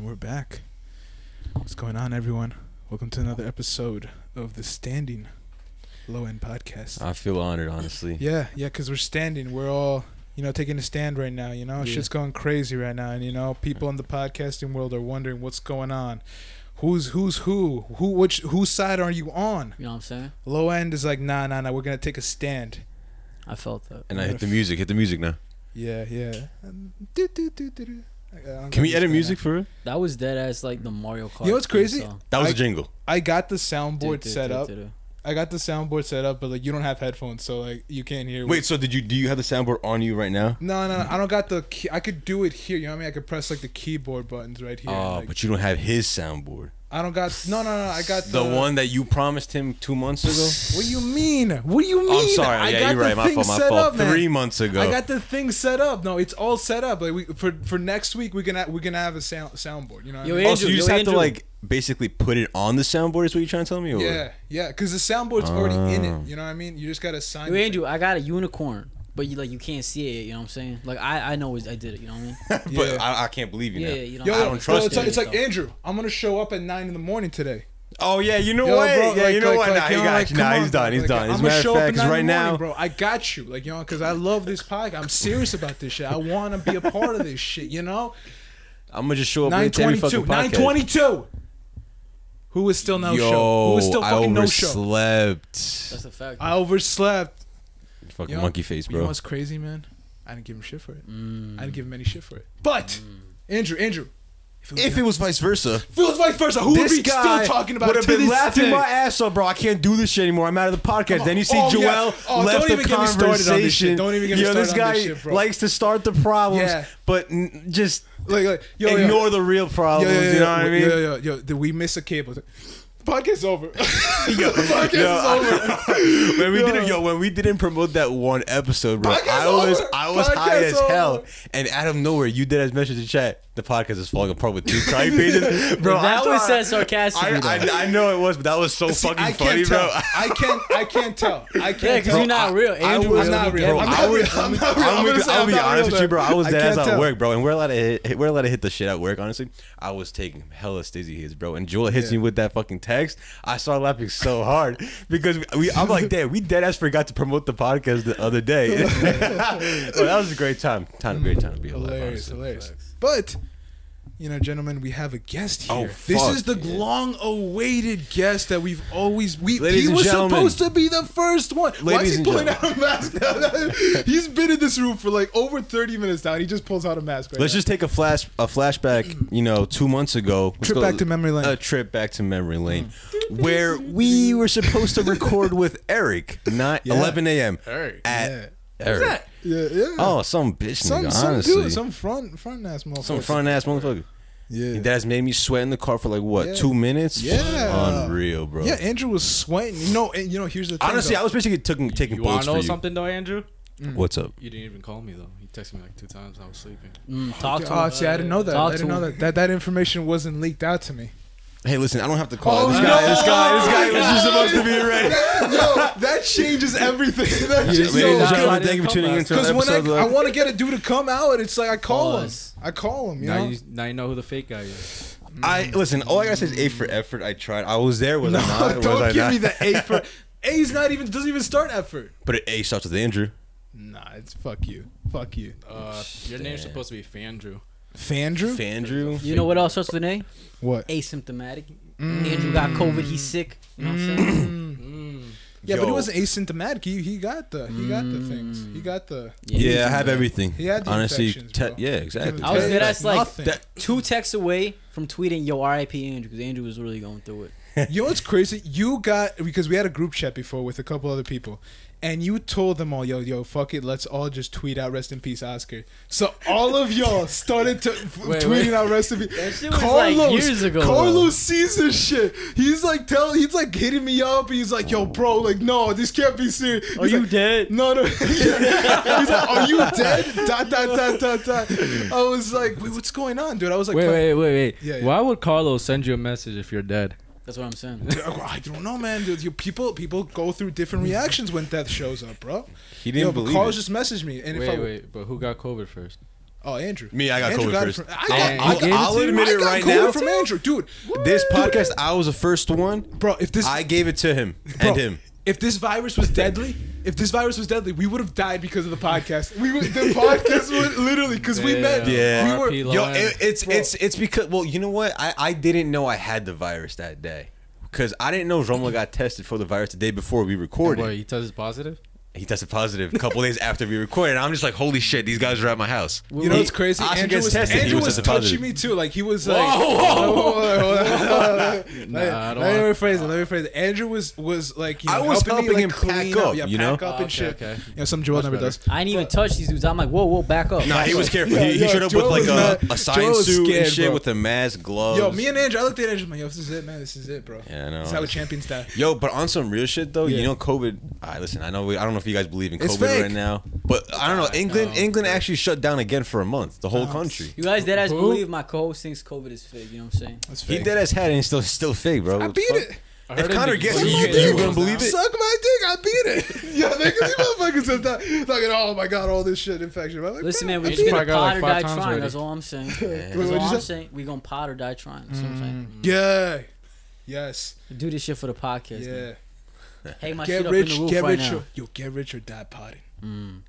we're back. What's going on, everyone? Welcome to another episode of the Standing Low End Podcast. I feel honored, honestly. Yeah, yeah, because we're standing. We're all, you know, taking a stand right now. You know, Yeah. shit's going crazy right now, and you know, people in the podcasting world are wondering what's going on. Who's who's who? Who which whose side are you on? You know what I'm saying? Low end is like nah nah nah. We're gonna take a stand. I felt that. And I hit the music. Hit the music now. Yeah yeah. Um, do, do, do, do, do. I- I don't Can we get edit this music thing for real? That was dead ass like the Mario Kart. You know what's theme crazy? song. That was I- a jingle. now. I got the Du- soundboard du- set du- up. du- du. I got the soundboard set up, but like you don't have headphones, so like you can't hear. Wait, so did you do you have the soundboard on you right now? No, no, no. I don't got the. Key- I could do it here. You know what I mean? I could press like the keyboard buttons right here. Oh, like, but you don't have his soundboard. I don't got. No, no, no. I got The the, one that you promised him two months ago. What do you mean? What do you mean? I'm sorry. I yeah, got you're the right. My thing fault. My set fault. up, man. Three months ago. I got the thing set up. No, it's all set up. Like we for for next week, we're gonna we're gonna have a sound soundboard. You know what Yo, I mean? Andrew, oh, so you yo, just have to Andrew. like basically put it on the soundboard. Is what you're trying to tell me? Or? Yeah, yeah. Because the soundboard's already in Oh. it. You know what I mean? You just gotta sign. Yo, the thing. Andrew, I got a unicorn, but you like you can't see it. You know what I'm saying? Like I I know it's- I did it. You know what I mean? but Yeah. I, I can't believe you. Yeah, now. yeah, you know, Yo, I yo, don't yo, trust it's like, it, it's like though. Andrew. I'm gonna show up at nine in the morning today. Oh yeah, you know Yo, what? bro, yeah, like- you know like- what? like, nah, yo, he got, like, nah, come he's on, done. He's like, done. As a I'ma matter show of up at fact, 'cause nine in right the morning, now, bro, I got you. Like, you know, because I love this podcast. I'm serious about this shit. I want to be a part of this shit. You know, I'm gonna just show up nine with every fucking twenty-two, podcast. nine twenty-two. Who is still no show? Who is still I fucking no show? overslept. That's a fact. I overslept. Fucking Yo, monkey face, You know bro. what's crazy, man? I didn't give him shit for it. Mm. I didn't give him any shit for it. But Andrew, Andrew, If Mm. it was vice versa, if it was vice versa, who would this be guy still talking about would it have to been this laughing day? my ass off, bro. I can't do this shit anymore. I'm out of the podcast. on. Then you see Oh, Joel yeah. Oh, don't left the even get me started on this shit. conversation. Don't even get me Yo, this started on guy this shit, bro. likes to start the problems, Yeah. but n- just Like, like, yo, yo. ignore the real Yo, problems. yo, you know what I mean? Yo, yo, yo, did we miss a cable? Podcast's over. Podcast is over. when we Yo. didn't, yo, when we didn't promote that one episode, bro, Podcast I was over. I was high Podcast as hell, over. and out of nowhere, you did as message in chat. The podcast is falling apart with two crying faces, bro. I that was thought- said sarcastically. though. I, I, I know it was, but that was so See, fucking I can't funny, tell. bro. I can't. I can't tell. I yeah, can't. because tell. you're not real. I Andrew, was really not did real. it. I'm I not would- real. I'm not real. I'm I'm gonna gonna- say I'll I'm be not honest real, with you, bro. I was I dead can't ass at tell. work, bro, and we're allowed to hit, we're allowed to hit the shit at work. Honestly, I was taking hella stizzy hits, bro, and Joel hits Yeah. me with that fucking text. I started laughing so hard because we, we- I'm like, damn, we dead ass forgot to promote the podcast the other day. well, that was a great time. Time, great time to be alive. Hilarious, honestly. hilarious. But you know, gentlemen, we have a guest here. Oh, this fuck, is the yeah. long-awaited guest that we've always we. Ladies he and was gentlemen. supposed to be the first one. Why is Ladies he and pulling out a mask? now? He's been in this room for like over thirty minutes now. and He just pulls out a mask. Right Let's now. just take a flash a flashback, you know, two months ago. Let's Trip back to memory lane. A trip back to memory lane, Mm. where we were supposed to record with Eric, not 11 a.m. Eric, at yeah. Eric. yeah, yeah. Oh, some bitch some, nigga. some honestly, dude, some, some front front ass motherfucker. front ass motherfucker. Yeah. That has made me sweat in the car for like what Yeah. two minutes? Yeah. unreal, bro. Yeah, Andrew was sweating. You know, and you know, here's the thing. Honestly, though. I was basically taking taking You want bullets to for know you. something though, Andrew? What's up? You didn't even call me though. You texted me like two times. I was sleeping. Mm, talk to Oh, him. see, I didn't know that. Talk I didn't to know him. that. that. That information wasn't leaked out to me. Hey, listen, I don't have to call Oh, this no. Oh guy. This guy, this guy was just supposed to be ready. Yo, that changes everything. That Ladies just, and yo, that's why I gentlemen, didn't thank you for come tuning in last to because another when episode. I, I of- want to get a dude to come out, it's like I call him. Pause. I call him. You now know. you now you know who the fake guy is. I listen. All I gotta say is A for effort. I tried. I was there. Was I not? don't was I give not? me the A for. A's not even doesn't even start effort. But an A starts with Andrew. Nah, it's fuck you. Fuck you. Uh, your name's supposed to be Fandrew. Fandrew. Fandrew. You know what else starts with an A? what? Asymptomatic. Mm. Andrew got COVID. He's sick. You know what I'm saying? Mm. Yeah, but he Yo. wasn't asymptomatic. He he got the he got the things. He got the. Yeah, I have everything. He had the Honestly, infections, te- bro. yeah, exactly. I was Yeah, dead ass like nothing. That- two texts away from tweeting, "Yo, R.I.P. Andrew," because Andrew was really going through it. You know what's crazy? You got because we had a group chat before with a couple other people, and you told them all, "Yo, yo, fuck it, let's all just tweet out rest in peace, Oscar." So all of y'all started to f- Wait, tweeting wait. out rest in peace. That shit was, like, years ago, Carlos though. sees this shit. He's like, tell, he's like hitting me up. He's like, "Yo, bro, like, no, this can't be serious." He's like, dead? No, no. he's like, "Are you dead?" Dot dot dot dot dot. I was like, "Wait, what's going on, dude?" I was like, Wait, wait, wait, wait. Yeah, yeah. Why would Carlos send you a message if you're dead? That's what I'm saying. I don't know, man. Dude, you people people go through different reactions when death shows up, bro. He Yo, didn't but believe Carl it. just messaged me, and if wait, I wait. But who got COVID first? Oh, Andrew. Me, I got Andrew COVID it first. from- I I'll- got- I'll- I got I'll it admit I it got right COVID now. from Andrew, dude. This Dude, podcast, I was the first one. bro. If this, I gave it to him bro, and him. If this virus was deadly, if this virus was deadly, we would have died because of the podcast. We would, the podcast would literally because we Yeah. met. Yeah. we were. RP. Yo, Elon. it, it's Bro. it's it's because well, you know what? I I didn't know I had the virus that day because I didn't know Romulo got tested for the virus the day before we recorded. What, he tells us positive? He tested positive a couple days after we recorded. I'm just like, holy shit, these guys are at my house. You know He- what's crazy? Oscar Andrew gets was, tested, he Andrew was was tested touching positive. me too. Like he was like, Whoa, whoa, whoa. Hold on, hold on, hold on, hold on. Nah, I don't let me wanna- rephrase it. Let me rephrase it. Andrew was was like, you know, I was helping, me, helping like, him pack clean up, yeah, you know? pack up Oh, and okay, shit. okay. You know, some Joel never better. does. I didn't even touch these dudes. I'm like, whoa, whoa, back up. Nah, he was careful. Yeah, he, he yo, showed up Joel with like was a, mad- a science Joel was suit scared, and shit bro. with a mask, gloves. Yo, me and Andrew, I looked at Andrew, I'm like, yo, this is it, man. This is it, bro. Oh, Yeah, I know. This is how the champions die. Yo, but on some real shit though, Yeah. you know, COVID. All right, listen, I know, we, I don't know if you guys believe in It's COVID fake. right now, but I don't know. England, no. England actually shut down again for a month, the whole No. country. You guys dead ass Who? believe my co thinks COVID is fake. You know what I'm saying? That's He fake. did as had and it's still still fake, bro. I What the beat fuck? it. I If heard it Connor in the- gets Suck it, Yeah, my you, it dick. you goes gonna down. believe it? Suck my dick. I beat it. Yo, niggas, you motherfuckers sometimes talking, oh my god, all this shit infection. I'm like, Listen, bro, man, I we're He's just beat gonna probably got like pot or five die times trying. already. That's all I'm saying. That's Wait, all what'd you I'm say? saying. We gonna pot or die trying. That's what I'm saying. it. Yeah. Yes. Mm. Do this shit for the podcast. man. Yeah. Hang my shit Get up in rich. the roof Get right Mm. rich. now. Or, yo, get rich or die potting.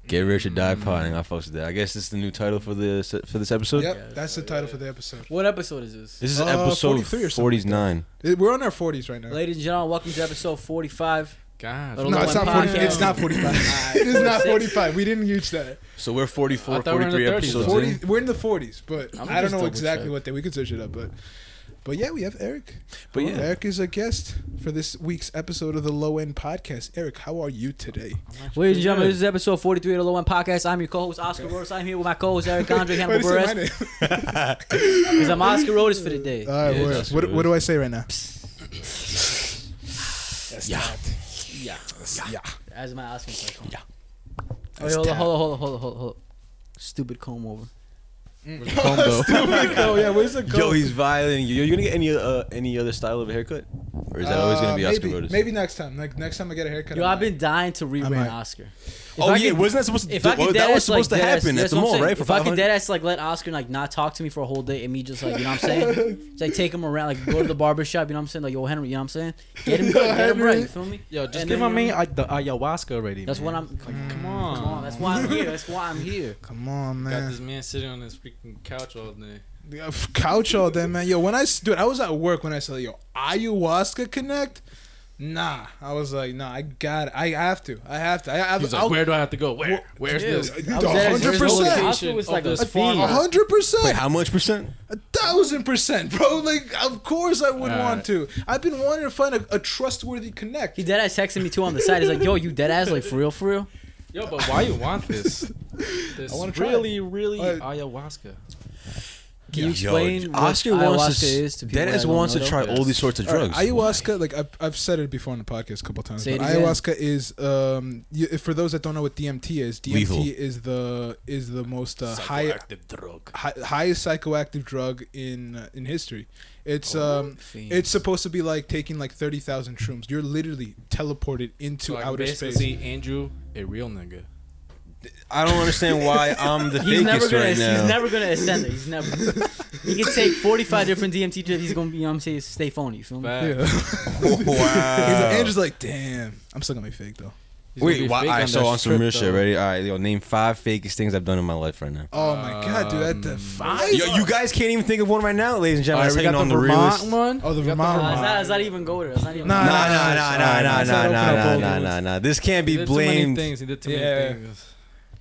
Get rich or die potting. I fucks with that. I guess this is the new title for this for this episode. Yep. Yeah, that's the so, title yeah. for the episode. What episode is this? This is Uh, episode 43 or something. forty nine. Eh, We're on our 40s right now. Ladies and gentlemen, welcome to episode 45. God. Little No, it's One not 40. podcast. It's not 45. Alright, it is not 46. 45. We didn't reach that. So we're 44, I thought we were in the 43 30s. episodes 40, in. we're in the 40s, but I'm I don't just know double exactly check. what day. We could search it up, but but yeah, we have Eric. But Hello. yeah. Eric is a guest for this week's episode of the Low End Podcast. Eric, how are you today? Ladies and gentlemen, this is episode 43 of the Low End Podcast. I'm your co-host, Oscar Rhodes. I'm here with my co-host, Eric Andre Why Hannibal did you say my name? Perez. Oh, Because I'm Oscar Rhodes for the day. All right, Yeah, word. that's what, good. what do I say right now? Yeah. yeah. Yeah. As my Oscar impression. Yeah. Oh, hold on, hold on, hold on, hold on, hold on, hold on. Stupid comb over. Mm. oh, yeah, where's the Yo, go? he's violating you. Yo, you gonna get any uh, any other style of haircut, or is that always gonna be Uh, Oscar maybe, Rodas? Maybe next time. Like next time I get a haircut. Yo, I'm I've been dying to rewear I an might. Oscar. If Oh I yeah, could- wasn't that supposed to? If I well, could that deadass, was supposed like, to deadass- happen at that's the what I'm mall, saying. right? For If I could 500? deadass like let Oscar like not talk to me for a whole day and me just like you know what I'm saying, just like take him around, like go to the barber shop, you know what I'm saying, like yo Henry, you know what I'm saying, get him Yo, good, get him Henry. right, you feel me? Yo, just And then, give my you know man what I mean? uh, the ayahuasca already. That's man. what I'm. Like, Mm. Come on. come on, that's why I'm here. That's why I'm here. Come on, Got man. this man sitting on his freaking couch all day. Yeah, f- Couch all day, man. Yo, when I s- dude, I was at work when I saw yo ayahuasca connect. Nah, I was like, nah, I got it. I have to. I have to. I, I, He's I'll- like, where do I have to go? Where? Wh- Where's Yeah, this? dude, Where's a the hundred percent. location was like of a this fiend. A farm? hundred Wait, percent, how much percent? a thousand percent, bro. Like, of course I would All want right. to. I've been wanting to find a, a trustworthy connect. He dead ass texted me too on the side. He's like, "Yo, you dead ass like for real, for real." Yo, but why you want this? This I wanna try it. really, really Uh, ayahuasca. Can you explain what ayahuasca is to people that Dennis don't wants know, to though? try all these sorts of All right, drugs. ayahuasca, like I've, I've said it before on the podcast a couple times. Say But it again. ayahuasca is, um, y- for those that don't know what DMT is, DMT Lethal. is the is the most uh, high Psychoactive drug. hi- highest psychoactive drug in uh, in history. It's um, Oh, fiends. it's supposed to be like taking like thirty thousand shrooms. You're literally teleported into So I can outer basically space. see Andrew a real nigga. I don't understand why I'm the He's never fakest gonna. right he's now. never gonna ascend it. He's never. he can take 45 different DMT trips. He's gonna be. You know what I'm saying, stay phony. You feel me? Fact. Yeah. He's like, wow. Andrew's like, damn, I'm still gonna be fake though. He's gonna Wait, be why? fake I so that on some strip, real shit, though. ready? All right, yo, name five fakest things I've done in my life right now. Oh my god, dude, at the Um, five. Yo, you guys can't even think of one right now, ladies and gentlemen. All right, That's we how you got know the I'm the Vermont realest. one. Oh, the We got Vermont Nah, one. Uh, it's not, it's not even go there. It's not even. Nah, Nah, nah, nah, nah, nah, nah, Let's not nah, open up nah, old nah, wounds. nah, nah. This can't He be did too many blamed. things. He did too many Yeah. things.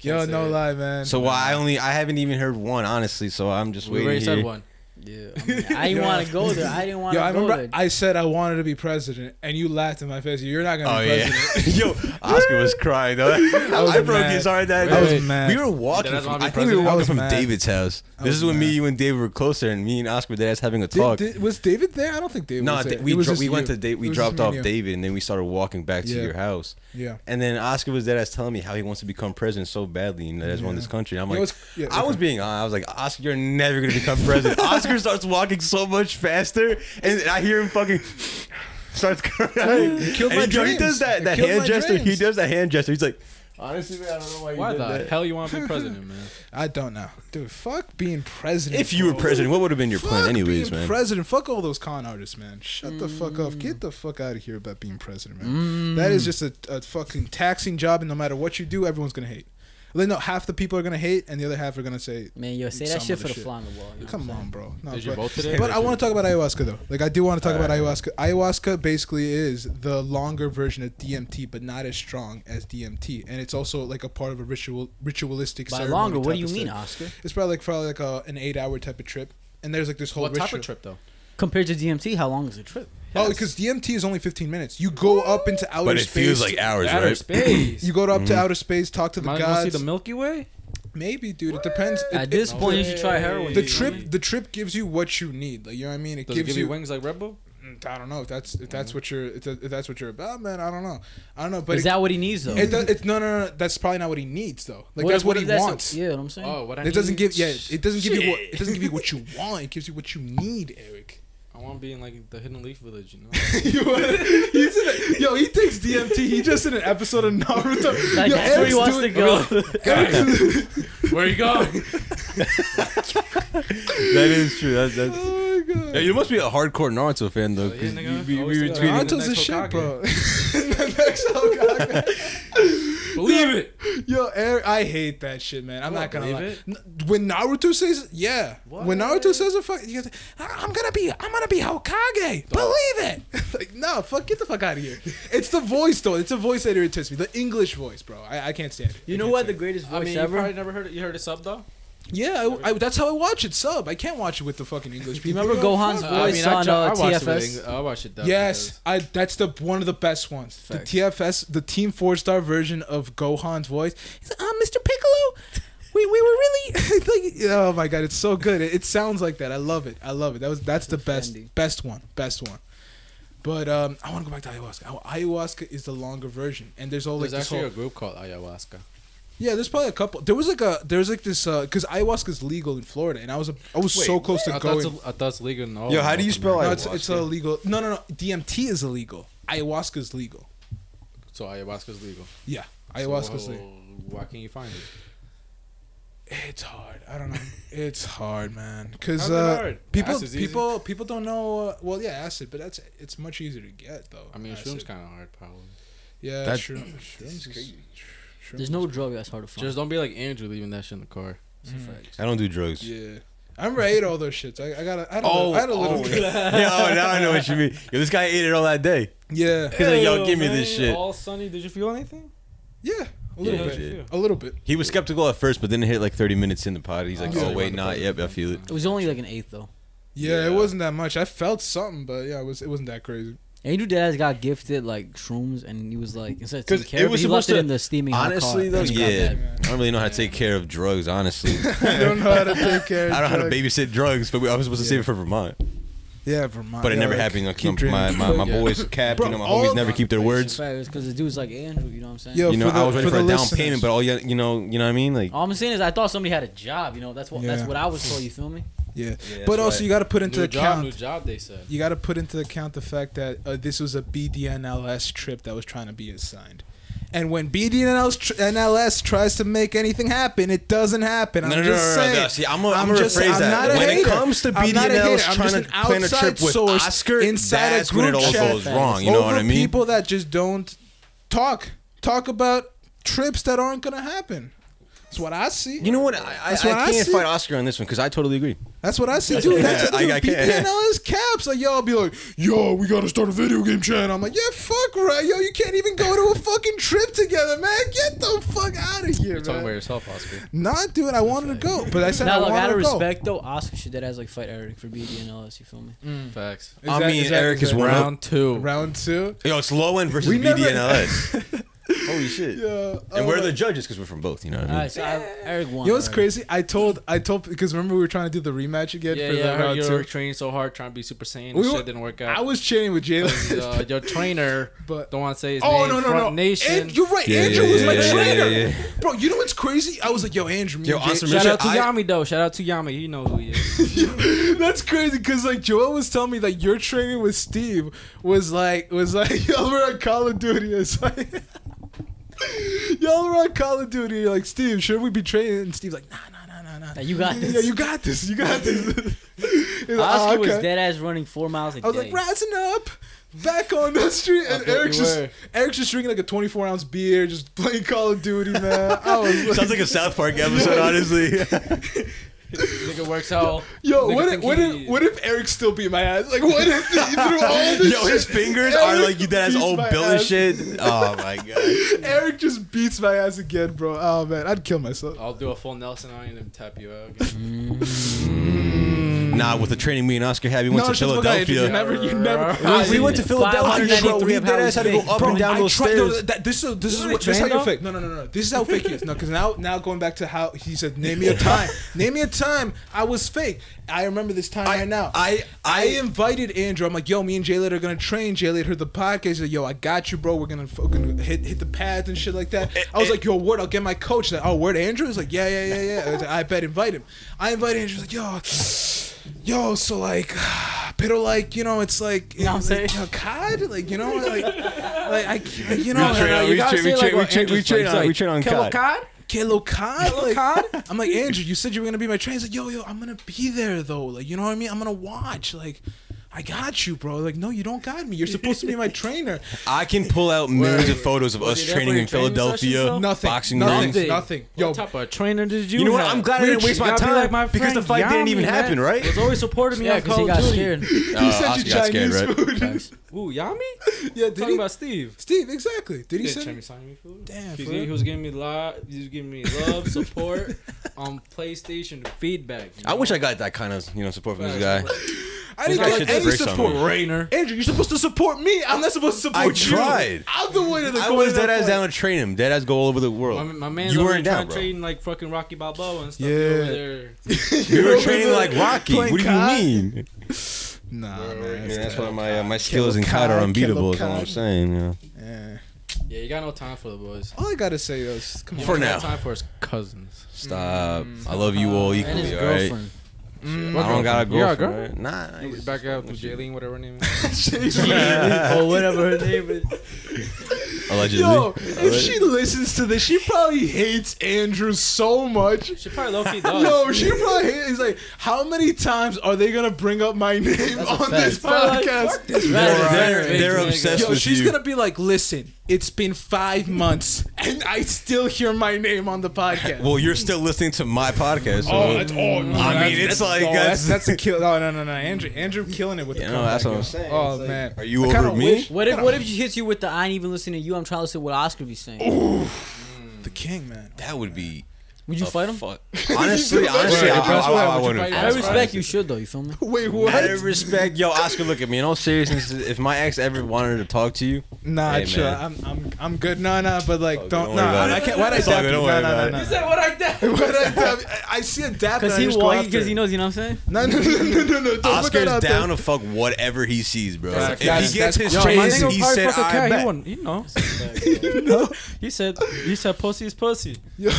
Yo, Can't say no it. lie, man. So why? I only I haven't even heard one, honestly. So I'm just waiting We already said here. one. Yeah, I, mean, I didn't want to go there. I didn't want Yo, to I go remember there. I said I wanted to be president, and you laughed in my face. You're not gonna Oh be yeah, president. yo, Oscar was crying though. I, was broke mad. his heart that I was day. mad. We were walking. Did I From, wanna be I think we were president? I walking was from mad. David's house. I This was is when me, mad. you, and David were closer, and me and Oscar were dead ass having a Did- talk. did- was David there? I don't think David no, was I there. think It we was dro- just we went you. to Date. We It was dropped just me and off you. David, and then we started walking back to Yeah. your house. Yeah. And then Oscar was dead ass telling me how he wants to become president so badly, and that's one this country. And I'm You know like, what's- yeah, I was being honest. I was like, Oscar, you're never gonna become president. Oscar starts walking so much faster, and I hear him fucking. Starts crying. killed and my he, yo, he dreams. does that, You that killed hand my gesture. He dreams. does that hand gesture. He's like, Honestly, man, I don't know why you Why did the that. hell you want to be president, man? I don't know, dude. Fuck being president. If you were bro. president, what would have been your fuck plan, anyways, being man? President. Fuck all those con artists, man. Shut the fuck up. Mm. Get the fuck out of here about being president, Mm. man. That is just a, a fucking taxing job, and no matter what you do, everyone's gonna hate. Like, no, half the people are gonna hate, and the other half are gonna say, Man, yo, say Some that shit other for the shit. fly on the wall. you know "Come what I'm on, bro." No, Did you but- vote today? But I want to talk about ayahuasca though. Like I do want to talk All about ayahuasca. Ayahuasca basically is the longer version of DMT, but not as strong as DMT, and it's also like a part of a ritual, ritualistic. saying? By ceremony longer, what type do you of mean, stuff. Oscar? It's probably like probably like a, an eight-hour type of trip, and there's like this whole What ritual. type of trip though? Compared to DMT, how long is the trip? Oh, because DMT is only 15 minutes. You go up into outer But it space. feels like Mm-hmm. hours, Outer right? space. you go up to outer space, talk to Am the I gonna see gods. the Milky Way? Maybe, dude. It depends. It- At it- this the- point, you should try heroin. The you know what I mean? trip, the trip gives you what you need. Like you know what I mean. It Does gives it give you. you wings like Red Bull? Mm, I don't know if that's if Mm. that's what you're if that- if that's what you're about, man. I don't know. I don't know. But is it, that what he needs though? it, does, it's no, no, no. That's probably not what he needs though. Like that's what, if he that's a- wants. yeah, what I'm saying. Oh, what I Mm. It doesn't need? give. Yeah, it doesn't give you what it doesn't give you what you want. It gives you what you need, Eric. I want to be in like the Hidden Leaf Village, you know. You wanna- he's in a, yo, he takes DMT. He just in an episode of Naruto. Like, yo, that's where he Eric's wants to doing- go. Where you going? that is true. That's, that's... Oh my god. Yeah, you must be a hardcore Naruto fan though. Hell Oh, yeah, 'cause nigga. you- you- Always we were do that. tweeting. Naruto- Naruto's the a next shit, Hokage. bro. The next Hokage. Believe it. Yo, Eric, I hate that shit, man. I'm You not don't gonna lie. believe N- When Naruto says, yeah, when What? Naruto says a fuck, you guys, I'm gonna be, I'm gonna be Hokage. Believe it. like, no, fuck, get the fuck out of here. It's the voice though. It's a voice that irritates me. The English voice, bro. I, I can't stand it. You I know can't what? stand The it. greatest voice I mean, you ever. probably never heard it. You heard it sub though. Yeah, I, I- that's how I watch it sub. I can't watch it with the fucking English Do you people. remember Yo, Gohan's fuck, Uh, bro. voice on, ju- uh, watched it with TFS? Eng- I watched it. dubbed Yes, I that's the one of the best ones. Facts. The TFS, the Team Four Star version of Gohan's voice. He's like, um, Mr. Piccolo, we, we were really it's like, oh my god, it's so good. It, it sounds like that. I love it. I love it. That was that's the best Fendi. best one. Best one. But um, I want to go back to ayahuasca. Aw- Ayahuasca is the longer version, and there's all like There's this actually whole, a group called ayahuasca. yeah. There's probably a couple. There was like a there's like this because ayahuasca is legal in Florida, and I was a, I was so close I to thought, going. it's, I thought it's legal. In all Yo, how do you North spell no, America. it's, it's illegal. No, no, no. DMT is illegal. Ayahuasca is legal. So ayahuasca's legal. Yeah, ayahuasca's so, legal. Why can't you find it? It's hard. I don't know. It's hard, man. Because How's it uh, hard? people, Acid's easy. people, people don't know. Uh, well, yeah, acid, but that's it's much easier to get though. I mean, acid. shrooms kind of hard, probably. Yeah, That- shroom, shrooms is crazy. Shrooms There's no drug that's hard to find. Just don't be like Andrew leaving that shit in the car. It's a Mm. fact. I don't do drugs. Yeah, Yeah, I remember I ate all those shits. I, I got. A, I had a little. I had a little. oh, oh, now I know what you mean. Yo, this guy ate it all that day. Yeah, He's like, yo, give me this man, shit. All sunny. Did you feel anything? yeah, a little Yeah, bit. you did. A little bit. He was skeptical at first, but then it hit like 30 minutes in the pod. He's like, Yeah. oh wait, nah, yep, I feel it. It was only like an eighth though. Yeah, it Yeah. wasn't that much. I felt something, but yeah, it was. It wasn't that crazy. Andrew Diaz got gifted like shrooms, and he was like instead of 'Cause taking care it of it, was he left supposed to- it in the steaming hot honestly, car. though, That's not yeah. bad. I don't really know how to take care of drugs, honestly. I don't know how to take care. Of I don't know how to drugs. babysit drugs, but we, I was supposed to save it for Vermont. Yeah, Vermont. But it yeah, never like, happened. Like, keep you know, my, dreaming. my, my Yeah. boys cap, Bro, you know, my all- homies never keep their words. because the dude's like Andrew. You know what I'm saying? Yo, You know, For the- I was ready for for, a the down listeners. payment, but all you, you know, you know what I mean? Like, All I'm saying is I thought somebody had a job. You know, that's what Yeah. that's what I was told. You feel me? Yeah, that's but also right. you got to put into New job, account. new job. They said. you got to put into account the fact that uh, this was a BDNLS trip that was trying to be assigned. And when BDNLS tr- NLS tries to make anything happen, it doesn't happen. I'm No, no, no, just no, no, saying. no. See, I'm gonna- I'm I'm gonna just- rephrase I'm that. not a When it hater. comes to I'm not a BDNLs hater. I'm trying just to an plan a trip outside with source Oscar, inside that's a when group it all chat goes wrong, you know over what I mean? People that just don't talk talk about trips that aren't gonna happen. That's what I see. you know what? I, I, I That's what I can't see. fight Oscar on this one because I totally agree. That's what I see, dude. That's Yeah, dude, I- I can't. BPNLS caps. Like, y'all be like, yo, we gotta start a video game channel. I'm like, yeah, fuck right, yo, you can't even go to a fucking trip together, man. Get the fuck out of here, You're talking about man. yourself, Oscar. Not, dude. I wanted to go, but I said Now, I look, out wanted of to go. respect though, Oscar should dead as like fight Eric for BDNLS. You feel me? Facts. Is I that- mean, is that- Eric is that- one of Round two. round two. Yo, it's low end versus We never- BDNLS. Holy shit! Yeah, And oh we're my- the judges because we're from both. You know what I All mean? right, so I, Eric won. You know what's alright. crazy? I told, I told, because remember we were trying to do the rematch again Yeah, for yeah. I the heard round you two. were training so hard, trying to be Super Saiyan. We and were- shit didn't work out. I was chaining with Jalen. uh, your trainer But- don't want to say his Oh name. no no Front no! Nation. And you're right. Yeah, Andrew yeah, was my yeah, yeah, trainer, yeah, yeah. bro. You know what's crazy? I was like, "Yo, Andrew, me Yo, and Jay- Austin Shout out to I- Yami though. Shout out to Yami. You know who he is. That's crazy because like Joel was telling me that your training with Steve was like was like y'all were on Call of Duty. It's like Y'all were on Call of Duty. You're like, Steve, should we be training? And Steve's like, Nah, nah, nah, nah, nah. Like, you got this. Yeah, you got this. You got this. He's like, "Ah, Oscar was okay." dead ass running four miles a I was day. like, rising up, back on the street, and bet Eric's you just were. Eric's just drinking like a 24 ounce beer, just playing Call of Duty, man. I was like, Sounds like a South Park episode, honestly. Nigga works out. yo, Nigga what if, think what he- if what if Eric still beat my ass? Like, what if through all this? Yo, his shit, fingers are Eric like you dead ass beats old my Bill and ass. shit. Oh my god. Eric just beats my ass again, bro. Oh man, I'd kill myself. I'll do a full Nelson on you and tap you out. Again. Nah, with the training me and Oscar had, we went to shut the fuck up. You Philadelphia. never, you never. We, we went to Five Philadelphia, hundred bro. We and dead ass had to go ninety-three up and down I those tried- no, stairs. that- this is this is wanna what this is how train, you're though? fake. No, no, no, no. This is how fake he is. No, because now now going back to how he said, name me a time, name me a time I was fake. I remember this time right now. I, I invited Andrew. I'm like, yo, me and Jay Lit are gonna train. Jay Lit heard the podcast. He's like, yo, I got you, bro. We're gonna fucking hit hit the pads and shit like that. I was like, yo, word, I'll get my coach. He's Like, oh, word, Andrew. He's like, yeah, yeah, yeah, yeah. I, was like, I bet invite him. I invite Andrew. He's like, yo, yo, so like, Piddle, like, you know, it's like, you know what I'm like, saying? yo, God, like, you know, like, like I, can't- you know, We train on- you we gotta train- say, we like, train- what we train- Andrew's we like. train on- He's we like, train on COD. Kilo Khan? Like, I'm like, Andrew, you said you were gonna be my trainer. He's like, yo, yo, I'm gonna be there though. Like, you know what I mean? I'm gonna watch. Like, I got you, bro. Like, no, you don't got me. You're supposed to be my trainer. I can pull out millions of photos of us he there training in for your training Philadelphia, sessions, Nothing. boxing nothing. rings. Nothing. nothing. Yo, Yo, what type of trainer did you? You know what? have? I'm glad I didn't Rich, waste my you gotta be time like my because the friend fight didn't Yami, even man. happen, right? was always supported me Yeah, on 'cause he Call of got Duty. scared. he Uh, said Oscar you got Chinese scared, right? food. Ooh, Yami? yeah, did Talking he? about Steve. Steve, exactly. Did he Yeah, send Jeremy it? signed me food. Damn, He's- for real? he was giving me love. He was giving me love, support on PlayStation feedback. you I know? wish I got that kind of you know support from this guy. Facts. I This didn't guy get shit's any bricks on me. support. Trainer. Andrew, you're supposed to support me. I'm not supposed to support I you. tried. I'm the one in the I going was in that dead ass fight. down to train him. Dead ass go all over the My, world. my man's you over weren't there down, trying to bro. train like fucking Rocky Balboa and stuff. Yeah. Yeah. Over there. You You're were over training there like Rocky. playing What do you COD? mean? Nah, man. Yeah, that's terrible. why my uh, my skills in Killer COD are Kai, unbeatable. Is Killer all I'm Kai. saying. You know. Yeah. Yeah, you got no time for the boys. All I gotta say is, come on. You For only got now. time for his cousins. Stop. Mm. I love you all And his equally. All right. girlfriend. I don't got a You got a girlfriend. right? Nah. I just- Back up with Jaylene, whatever her name is. or whatever her name is. Allegedly. Yo, if she listens to this, she probably hates Andrew so much. she probably low key does. Yo, she probably hates. He's like, how many times are they gonna bring up my name That's a on fact. this Probably like, podcast? "Fuck this They're, Right. they're- Right. they're Right. obsessed Yo, with she's you. gonna be like, listen, it's been five months and I still hear my name on the podcast. Oh, well, you're still listening to my podcast. So, all. I mean, it's like- that's, that's a kill. Oh no, no, no, Andrew, Andrew killing it with you the know, that's what I'm comeback, saying. yo. Oh It's like, man, Are you I kinda over me? wish- What if what if she hits you with the I ain't even listening to you? I'm trying to listen to what Oscar be saying. the king, man. That would be. Would you a fight him? Fuck. Honestly, honestly, Wait, I, I, press I, I what? wouldn't. Would you I fight him? fight. respect you should though. You feel me? Wait, Out what? of respect, yo, Oscar, look at me. In all seriousness, if my ex ever wanted to talk to you, Nah, Hey, chill. man. I'm, I'm, I'm good. Nah, nah. But like, Oh, don't. don't worry Nah, about I it. can't. Why'd I It's all dab good, you? don't Nah, worry nah, about nah, it. nah. what I did. Why'd I dab you? I- I see a dab. Because and I he just go won. after Because he it. knows. You know what I'm saying? No, no, no, no, no, no. Don't put that Oscar's out there. down to fuck whatever he sees, bro. Facts. if That's- he gets that's- his yo, my trains, nigga he said, I He bet. won. You know. He said. He said, "Pussy is pussy." Yo,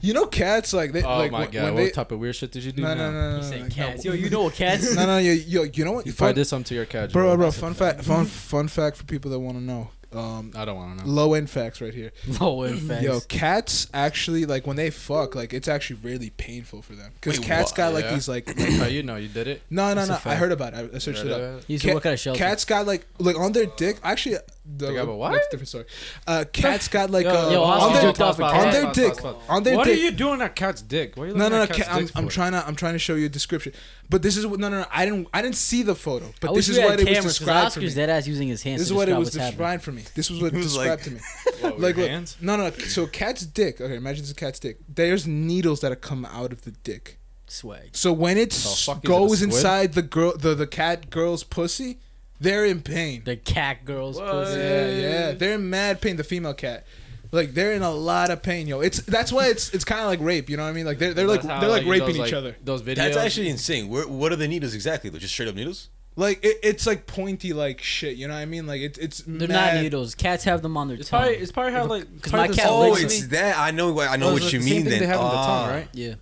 you know cats like they. Oh like, my when- god! when What they- type of weird shit did you do? No, now? no, no, no. no, Saying no. cats. Yo, you know what cats? No, no, yo, yo, you know what? You Fun- probably did something to your cat, Bro, Joel. bro. That's a Fun fact. fact. Fun, fun fact for people that want to know. Um, I don't want to know. low end facts right here. No, in fact. Yo, cats actually like when they fuck, like it's actually really painful for them because Wait, cats what? got like Yeah. these like. Oh, you know, you did it. No, no, That's a no. I fact. heard about it. I- I searched heard it up. about it? He used to Cat- work at a shelter. Cats got like like on their dick. Actually, the, They got a what? That's a different story. Uh, cats got like Yo, uh, yo, on Oscar their jerked off a on cat. their Pause, dick pause, pause. on their what dick. are you doing at cat's dick? What are you no, looking no, no. at cat's Cat, I'm, dick I'm for? trying to I'm trying to show you a description, but this is what no, no, no. I didn't I didn't see the photo, but I this is wish we had what it was cameras, 'cause described for me. Oscar's dead ass using his hands. This is to what it describe was what's happening. described for me. This was what it was described like- to me. What, with Like, your look, hands? no, no. So cat's dick. Okay, imagine this is a cat's dick. There's needles that come out of the dick. Swag. So when it s- fuck is it, a goes squid? inside the girl, the the cat girl's pussy, they're in pain. The cat girls. What? pussy. Yeah, yeah. They're in mad pain, the female cat. Like they're in a lot of pain, yo. It's that's why it's it's kind of like rape. You know what I mean? Like they're they're like That's how, they're like you raping those, each like, other. Those videos. That's actually insane. Where, what are the needles exactly? though? Just straight up needles? Like it, it's like pointy like shit. You know what I mean? Like it's it's They're not mad- needles. Cats have them on their It's probably tongue. it's probably how like because my cat Oh, licks it's that. I know. I know Well, what it's you the same mean. thing Then they have in the tongue, Ah. right? Yeah.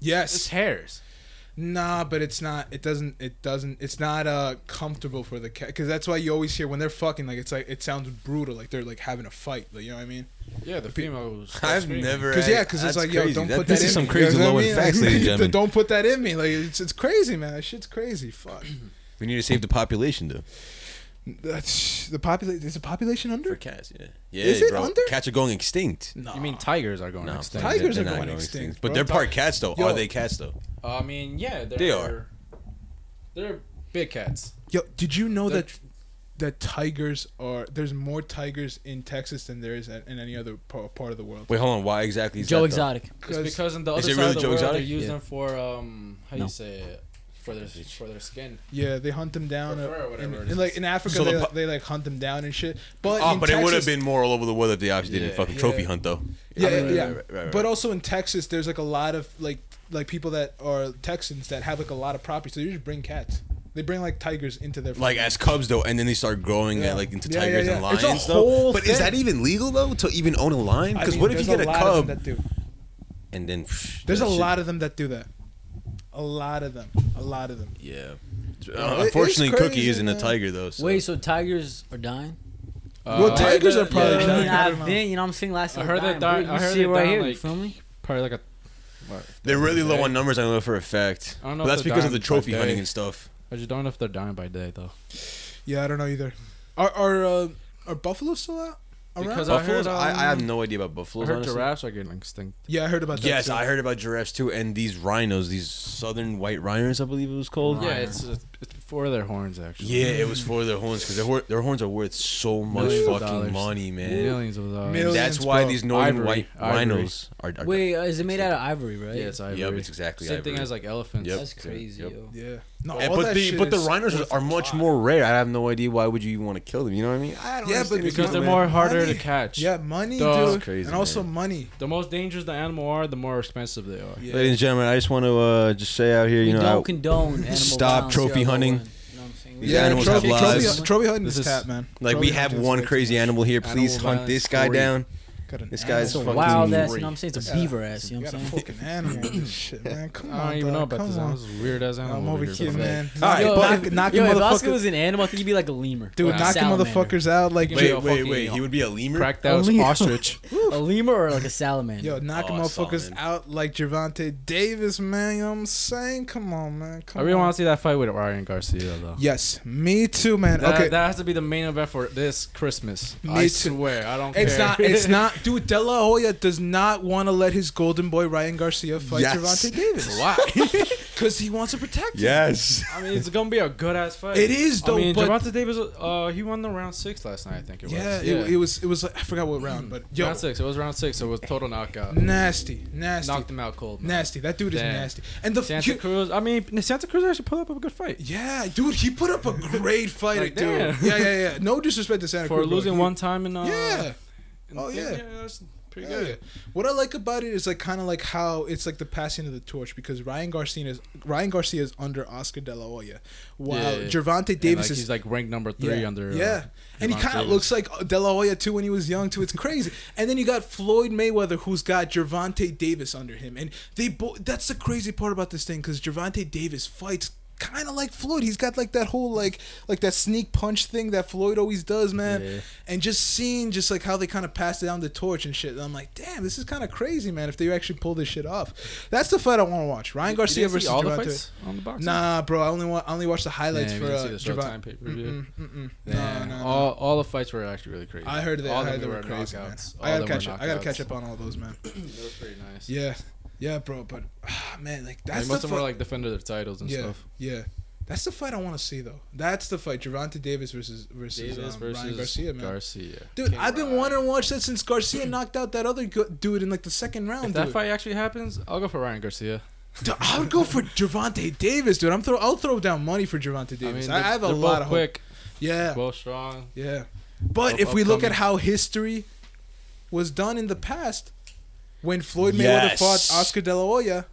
Yes. It's hairs. Nah, but it's not. It doesn't. It doesn't. It's not uh comfortable for the cat because that's why you always hear when they're fucking like it's like it sounds brutal like they're like having a fight. Like you know what I mean? Yeah, the female was. I've screaming. never. 'Cause, yeah, 'cause it's that's like, yo, don't put this that is in some me. crazy You know low what I end mean? facts, Like, ladies and gentlemen. Don't put that in me. Like it's, it's crazy, man. That shit's crazy. Fuck. We need to save the population though. That's the population. Is the population under? For cats, yeah. Yeah, Is it bro. under? Cats are going extinct. no. You mean tigers are going extinct? Tigers they're- they're are not going extinct, But bro. they're part cats though. Yo. Are they cats though? I mean, yeah, they're, They are. They're big cats. Yo, did you know They're- that that tigers are there's more tigers in Texas than there is at, in any other par- part of the world? Wait, hold on. Why exactly? Is Joe that, though? Exotic. It's 'Cause- because in the Is other it side really of the Joe world, Exotic? they use Yeah. them for um, how No. you say it, for their for their skin. Yeah, they hunt them down. Prefer uh, or in, whatever it in, is. Ah, like in Africa, So the they, po- they like hunt them down and shit. But Oh, in but it would have Texas- been more all over the world if they obviously didn't Yeah. fucking Yeah. trophy hunt though. Yeah, Right, yeah, right, yeah. right, right, right, But right. also in Texas, there's like a lot of like like people that are Texans that have like a lot of property, so they just bring cats. They bring like tigers into their Like as cubs though, and then they start growing Yeah. at, like into Yeah, yeah, tigers and yeah. lions It's a though. whole but is thing. that even legal though to even own a lion? I Because mean, what if you there's get a, lot of them cub That do. and then psh, There's that a shit- lot of them that do that. A lot of them. A lot of them. Yeah. it- it's unfortunately, Cookie crazy, isn't a man. tiger though. So. Wait, so tigers are dying? Well, I tigers heard are that- probably yeah, I mean, dying. I've been, you know, what I'm saying last. I heard time, that di- You I heard see it that right di- here. like- you feel me? Probably like a. They're really low Okay. on numbers. I know for a fact. I don't know But if that's they're because of the dying trophy by hunting day. and stuff. I just don't know if they're dying by day though. Yeah, I don't know either. Are are uh, are buffaloes still out? Around? Because I Buffaloes. heard, I, I have um, no idea about I buffaloes. heard honestly. giraffes are getting extinct. yeah, I heard about that. Yes, too. I heard about giraffes too, and these rhinos, these southern white rhinos, I believe it was called. Yeah, it's it's it's before their horns actually. Yeah, it was for their horns because their, hor- their horns are worth so much Millions of fucking dollars. money, man. Millions of dollars. Millions. That's why bro. these northern Ivory, white ivory. rhinos are, are. Wait, uh, is it made out of ivory, right? Yeah, it's ivory. Yep, it's exactly Same thing ivory. as like elephants. Yep. That's crazy, Yep. yo. Yeah. No, And- all but that the shit but the is rhinos worth are a much lot. more rare. I have no idea why would you want to kill them. You know what I mean? I don't Yeah, but understand these Because Come they're people, on, man. more harder Money. to catch. Yeah, money, Duh. dude. That's crazy, and also man. money. The most dangerous the animal are, the more expensive they are. Yeah. Ladies and gentlemen, I just want to uh, just say out here, We you know, don't I- condone animal Stop violence trophy here at hunting. Loveland. You know what I'm saying? We These yeah, don't- animals have trophy, lives. Trophy, trophy hunting This is is- tap, man. like we Trophy have hunting is one way crazy too animal here. Please Animal hunt violence this guy story. down. much. Got an This guy's It's a animal. fucking wild ass, you freak. know what I'm saying? It's a Yeah. beaver ass, you know You got what a I'm saying? fucking animal. in this shit, man. Come on, I don't even know dog. about Come this. on. animal. This is weird as animal. I'm over here, but- man. All right, Yo, but- knock, knock Yo, your if Oscar motherfucker- was an animal, I think he'd be like a lemur. dude, Or a knock your salamander. motherfuckers out. Like, Wait, yo, wait, wait, he would be a lemur? Crack that was Only- ostrich. A lemur or like a salamander? yo, knock Oh, your I saw, motherfuckers man. out like Javante Davis, man. You know what I'm saying? Come on, man. I Come really on. want to see that fight with Ryan Garcia though. Yes, me too, man. That, okay, that has to be the main event for this Christmas. Me I too. swear, I don't It's care. not. It's not. Dude, De La Hoya does not want to let his golden boy Ryan Garcia fight Yes. Javante Davis Why? because he wants to protect him. Yes. I mean, it's gonna be a good ass fight. It is, though, I mean, but- Javante Davis, uh, he won the round six last night. I think it was. Yeah, It, it was. It was. Like, I forgot what round, but yo, round six. It was round six. So it was total knockout. nasty, nasty, Knocked him out cold. man. nasty. That dude is Damn. nasty. And the Santa you- Cruz. I mean, Santa Cruz actually put up a good fight. yeah, dude, he put up a great fight, Like, dude. damn. Yeah, yeah, yeah. No disrespect to Santa for Cruz, bro. losing He- one time in uh, Yeah. in- Oh, yeah. that's pretty Yeah. good. What I like about it is like kind of like how it's like the passing of the torch because Ryan Garcia is Ryan Garcia is under Oscar De La Hoya, while Yeah, yeah. Gervonta And, Davis like, is he's like ranked number three yeah. under. uh, Yeah. and he Javonte kind of Davis. looks like De La Hoya too when he was young too. It's crazy. and then you got Floyd Mayweather, who's got Gervonta Davis under him, and they both. That's the crazy part about this thing because Gervonta Davis fights kind of like Floyd. He's got like that whole like like that sneak punch thing that Floyd always does, man. Yeah. And just seeing just like how they kind of pass down the torch and shit. And I'm like, damn, this is kind of crazy, man. If they actually pull this shit off, that's the fight I want to watch. Ryan You Garcia didn't see versus all the Gervonta. fights on the box. Nah, bro. I only wa- I only watched the highlights Damn, for you uh, didn't see the Showtime Gervonta. pay-per-view? Mm-mm. No, Nah, no, no. All, all the fights were actually really crazy. I heard that. I All of heard they them were were crazy. man. knockouts. I All gotta of them catch were up. I gotta knockouts. catch up on all those, man. That was pretty nice. Yeah, yeah, bro. But ah, man, like Like, that's most the of them fight. were like defended their titles and yeah, stuff. yeah. That's the fight I want to see though. That's the fight, Javante Davis versus versus, Davis um, versus Ryan Garcia, man. uh, Garcia. Dude, King I've been Ryan. wanting to watch that since Garcia knocked out that other go- dude in like the second round. Hmm. If that dude. fight actually happens, I'll go for Ryan Garcia. Dude, I would go for Javante Davis, dude. I'm throw. I'll throw down money for Javante Davis. I, they're- I have a they're lot both of hope. quick, Yeah, both strong. Yeah. But Up- if we look at upcoming. how history was done in the past, when Floyd Mayweather Yes. fought Oscar De La Hoya,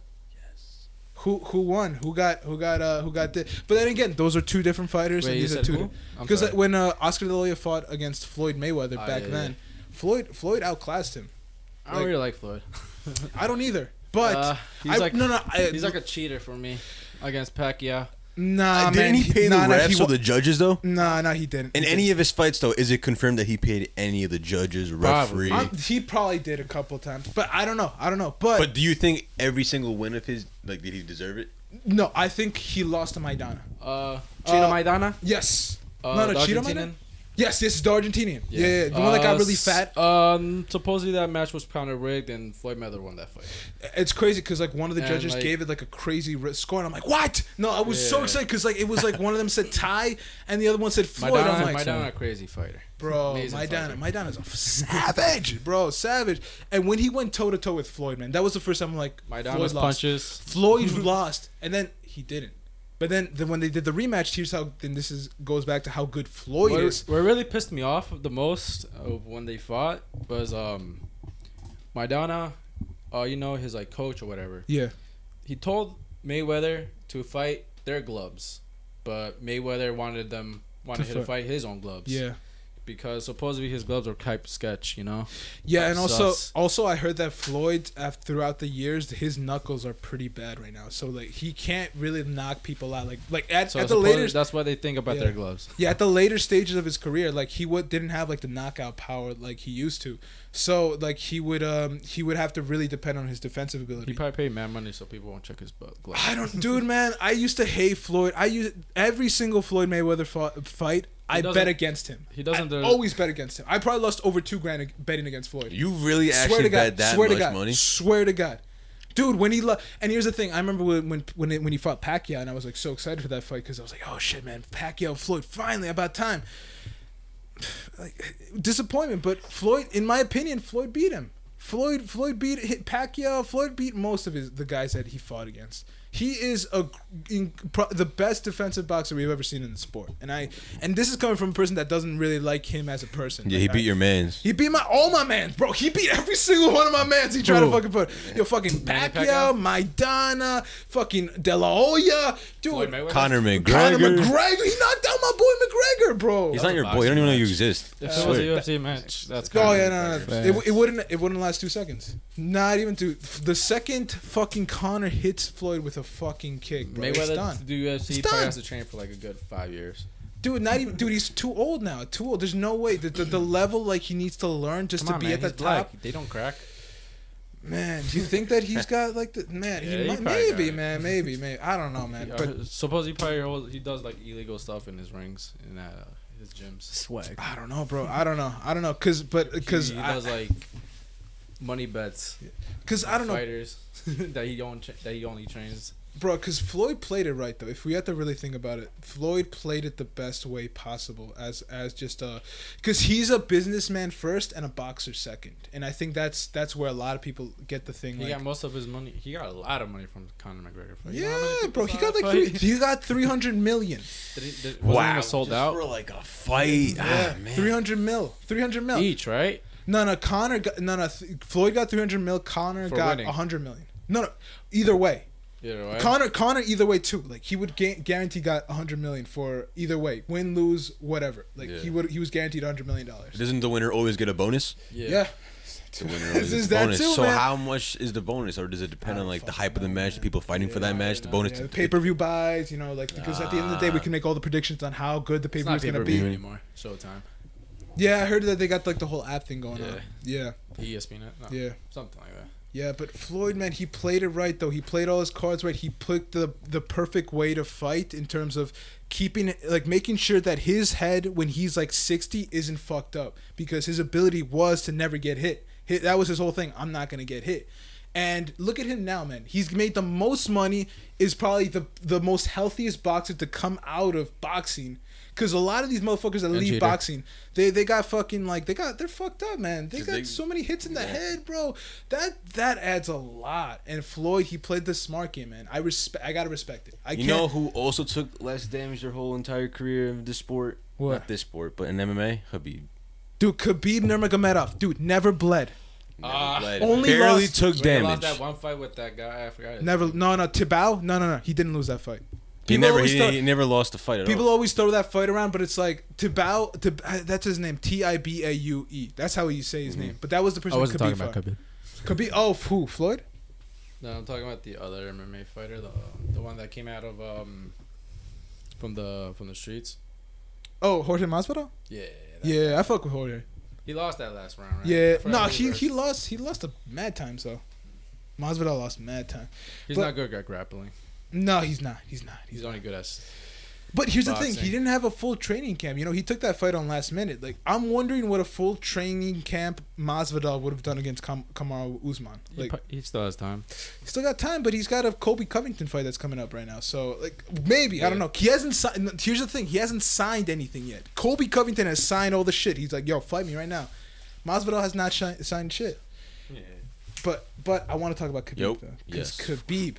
who who won? Who got who got uh who got the? But then again, those are two different fighters, Wait, and you these are said two who? I'm because sorry. when uh, Oscar De La Hoya fought against Floyd Mayweather Ah, back yeah, then, Floyd Floyd outclassed him. I don't like- really like Floyd. I don't either, but Uh, he's I, like no no I, he's like a cheater for me. against Pacquiao. Nah, Uh, Didn't man. he pay nah, the nah, refs he or the judges though? Nah, nah, he didn't. In He any of his fights though, is it confirmed that he paid any of the judges, referee? Probably. didn't. I'm- he probably did a couple times, but I don't know. I don't know. But, But do you think every single win of his, like, did he deserve it? no, I think he lost to Maidana. Uh, Chino Uh, Maidana. Yes. Uh, no, no, the Cheeto Argentinian? Maidana. Yes, this is the Argentinian. Yeah, yeah, yeah. the one Uh, that got really s- fat. Um, supposedly that match was counter rigged, and Floyd Mayweather won that fight. It's crazy because like one of the And, judges like- gave it like a crazy ri- score, and I'm like, what? No, I was so Yeah. excited because like it was like one of them said tie, and the other one said Floyd. I'm Maidana, like, Maidana, a crazy fighter. bro, Amazing Maidana, fighter. Maidana's a savage, bro, savage. And when he went toe to toe with Floyd, man, that was the first time I'm like, Maidana's Floyd lost. punches. Floyd lost, and then he didn't. But then, then when they did the rematch, here's how. Then this is goes back to how good Floyd What, is. what really pissed me off the most of when they fought was um, Maidana, uh, you know his like coach or whatever. Yeah, He told Mayweather to fight their gloves, but Mayweather wanted them wanted To him to fight- fight his own gloves. yeah, because supposedly his gloves were type sketch, you know. yeah. And also, Sucks. also, I heard that Floyd, af throughout the years, his knuckles are pretty bad right now. So like, he can't really knock people out. Like, like at, So at the supposedly later, that's what they think about Yeah. their gloves. yeah, at the later stages of his career, like he would didn't have like the knockout power like he used to. So like he would, um, he would have to really depend on his defensive ability. He probably paid mad money so people won't check his bu- gloves. I don't, dude, man. I used to hate Floyd. I used every single Floyd Mayweather fa- fight. I bet doesn't- against him. he doesn't I do- always bet against him. I probably lost over two grand ag- betting against Floyd. You really swear to actually God. bet that swear much to God. money? Swear to God. Dude, when he lo- and here's the thing, I remember when when when, it, when he fought Pacquiao, and I was like so excited for that fight because I was like, oh shit, man, Pacquiao Floyd, finally about time. Like, disappointment, but Floyd, in my opinion, Floyd beat him. Floyd Floyd beat hit Pacquiao. Floyd beat most of his the guys that he fought against. He is a in, pro, the best defensive boxer we've ever seen in the sport, and I and this is coming from a person that doesn't really like him as a person. Yeah, he Like, I- beat your mans. he beat my all my mans, bro. He beat every single one of my mans. He tried to Who? fucking put yo fucking Manny Pacquiao, Maidana, fucking De La Hoya, dude. Floyd Mayweather? Conor McGregor. Conor McGregor. He knocked out my boy McGregor, bro. He's not your boxing boy. I don't even know you exist. If I it was a swear. UFC match, that's Oh Conor yeah, no, no, McGregor. no. It, w- it wouldn't. It wouldn't last two seconds. Not even two. The second fucking Connor hits Floyd with a fucking kick, bro. it's Mayweather done. to do UFC It's probably done. has to train for like a good five years. dude. Not even, dude. He's too old now. Too old. There's no way. The, the, the level like he needs to learn just Come to on, be man, at the he's top. black. They don't crack. Man, do you think that he's got like the man? Yeah, he he might, probably got maybe, it. man, maybe, maybe. I don't know, man. Uh, But But suppose he probably always- he does like illegal stuff in his rings and at uh, his gyms. Swag. I don't know, bro. I don't know. I don't know, cause but cause he, he I, does like money bets. cause I don't know, fighters that he don't tra- that he only trains. bro. Cause Floyd played it right though. If we had to really think about it, Floyd played it the best way possible as as just a, cause he's a businessman first and a boxer second, and I think that's that's where a lot of people get the thing. He like, got most of his money. He got a lot of money from Conor McGregor fight. You know how many yeah, people bro. He saw got that like three, fight? he got three hundred million. Did he- did- wasn't Wow. even sold Just out For like a fight. Yeah, Ah, man. three hundred mil. Three hundred mil. each, right? No, no, Connor. Got, no, no. Th- Floyd got 300 mil. Connor For got winning. 100 million. No, no. Either way, Yeah, right. Connor. Connor. Either way, too. Like he would gu- guarantee got 100 million for either way, win, lose, whatever. Like he Yeah. would. He was guaranteed 100 million dollars. Doesn't the winner always get a bonus? yeah. Yeah. The winner This always gets is a that bonus. too, so man. how much is the bonus, or does it depend on like the hype of the match, the people fighting for that match, the bonus? Yeah, the pay per view buys, you know, like because at the end of the day, we can make all the predictions on how good the pay Ah. It's per view is not pay gonna per be. view anymore. Showtime, Yeah, I heard that they got like the whole app thing going on. Yeah, ESPN, no, yeah. something like that. Yeah, but Floyd, man, he played it right though. He played all his cards right. He picked the the perfect way to fight in terms of keeping like making sure that his head when he's like 60 isn't fucked up because his ability was to never get hit. Hit that was his whole thing. I'm not going to get hit. And look at him now, man. He's made the most money is probably the the most healthiest boxer to come out of boxing cuz a lot of these motherfuckers that leave cheater. boxing, they they got fucking like they got they're fucked up, man. They 'Cause got they- so many hits in the head, bro. That that adds a lot. And Floyd, he played the smart game, man. I respect. I gotta respect it. I You can't. know who also took less damage their whole entire career in this sport? What? Not this sport, but in MMA, Habib. dude, Khabib Nurmagomedov, dude, never bled. Ah. Never bled. Only barely lost- took Wait, he damage. lost that one fight with that guy. I forgot. his Never. name. No, no. Tibau, no, no, no. He didn't lose that fight. He People never always he, thought- he never lost a fight at People all. always throw that fight around, but it's like Tibau. Tib- uh, that's his name. T i b a u e. That's how you say his name. But that was the person. I wasn't Khabib talking about fought. Khabib. Khabib. Oh, who? Floyd. No, I'm talking about the other MMA fighter, the the one that came out of um from the from the streets. Oh, Jorge Masvidal. Yeah. that- Yeah, I fuck with Jorge. He lost that last round, right? Yeah, I forgot no, who he versus. he lost he lost a mad time. So Masvidal lost mad time. He's but- not good at grappling. No, he's not. He's not. He's He's only good at. s- But here's the thing: he Boxing. didn't have a full training camp. You know, he took that fight on last minute. Like, I'm wondering what a full training camp Masvidal would have done against Kam- Kamaru Usman. He, Like, pro- he still has time. he's still got time, but he's got a Kobe Covington fight that's coming up right now. So, like, maybe I don't know. He hasn't signed. Here's the thing: he hasn't signed anything yet. Kobe Covington has signed all the shit. He's like, "Yo, fight me right now." Masvidal has not shi- signed shit. Yeah. But but I want to talk about Khabib Yup. though, because Yes. Khabib,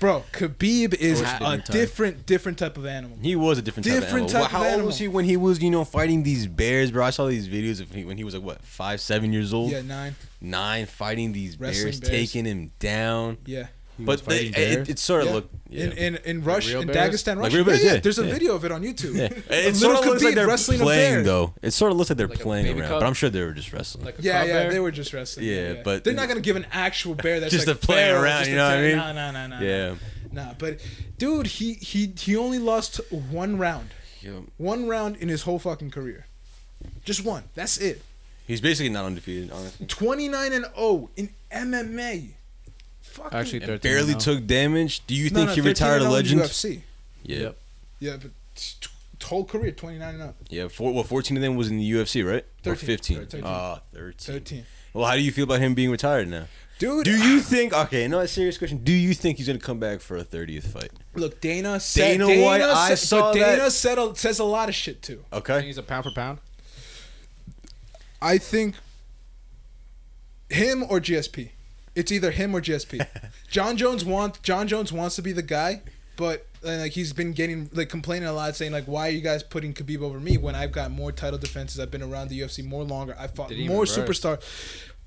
bro, Khabib is Of course you a did. different different type of animal. He was a different, Different type of animal. type How of old animal. was he when he was, you know, fighting these bears, bro? I saw these videos of he, when he was like what five, seven years old, Yeah, nine. nine, fighting these Wrestling bears, bears. taking him down. Yeah. was but they, fighting bear? it, it sort of Yeah. looked yeah. in in in Russia, real in bears? Dagestan, Like Russia. real bears, yeah, yeah. yeah, There's a yeah. video of it on YouTube. Yeah. A It sort of little looks like Khabib they're wrestling a bear. playing though. It sort of looks like they're Like a playing baby around, cub. but I'm sure they were just wrestling. Like a Yeah, cub yeah, bear? they were just wrestling. Yeah, but- they're not gonna give an actual bear that's Just like to play feral, around, just you to know what I tear- mean? Nah, nah, nah, nah. uh, yeah, nah. But dude, he he he only lost one round, Yeah. one round in his whole fucking career, just one. That's it. he's basically not undefeated. Honestly, 29 and 0 in MMA. Fucking Actually, And 13 barely now. took damage. Do you No, think no, he 13 and retired a 0 in legend? UFC. Yeah, Yep. Yeah, but it's t- whole career 29 and oh. 0. yeah. Four, well, fourteen of them was in the UFC, right? Or 13. fifteen? Thirteen. Ah, thirteen. 13. Well, how do you feel about him being retired now? Dude, Do you think? Okay, no, a serious question. Do you think he's gonna come back for a thirtieth fight? look Dana said Dana White, I said- saw but Dana that. said a, says a lot of shit too. I think Okay. he's a pound for pound. I think him or GSP. It's either him or GSP. John Jones wants John Jones wants to be the guy, but and like he's been getting like complaining a lot, saying like, "Why are you guys putting Khabib over me when I've got more title defenses? I've been around the UFC more longer. I fought Did he more even rise? superstar."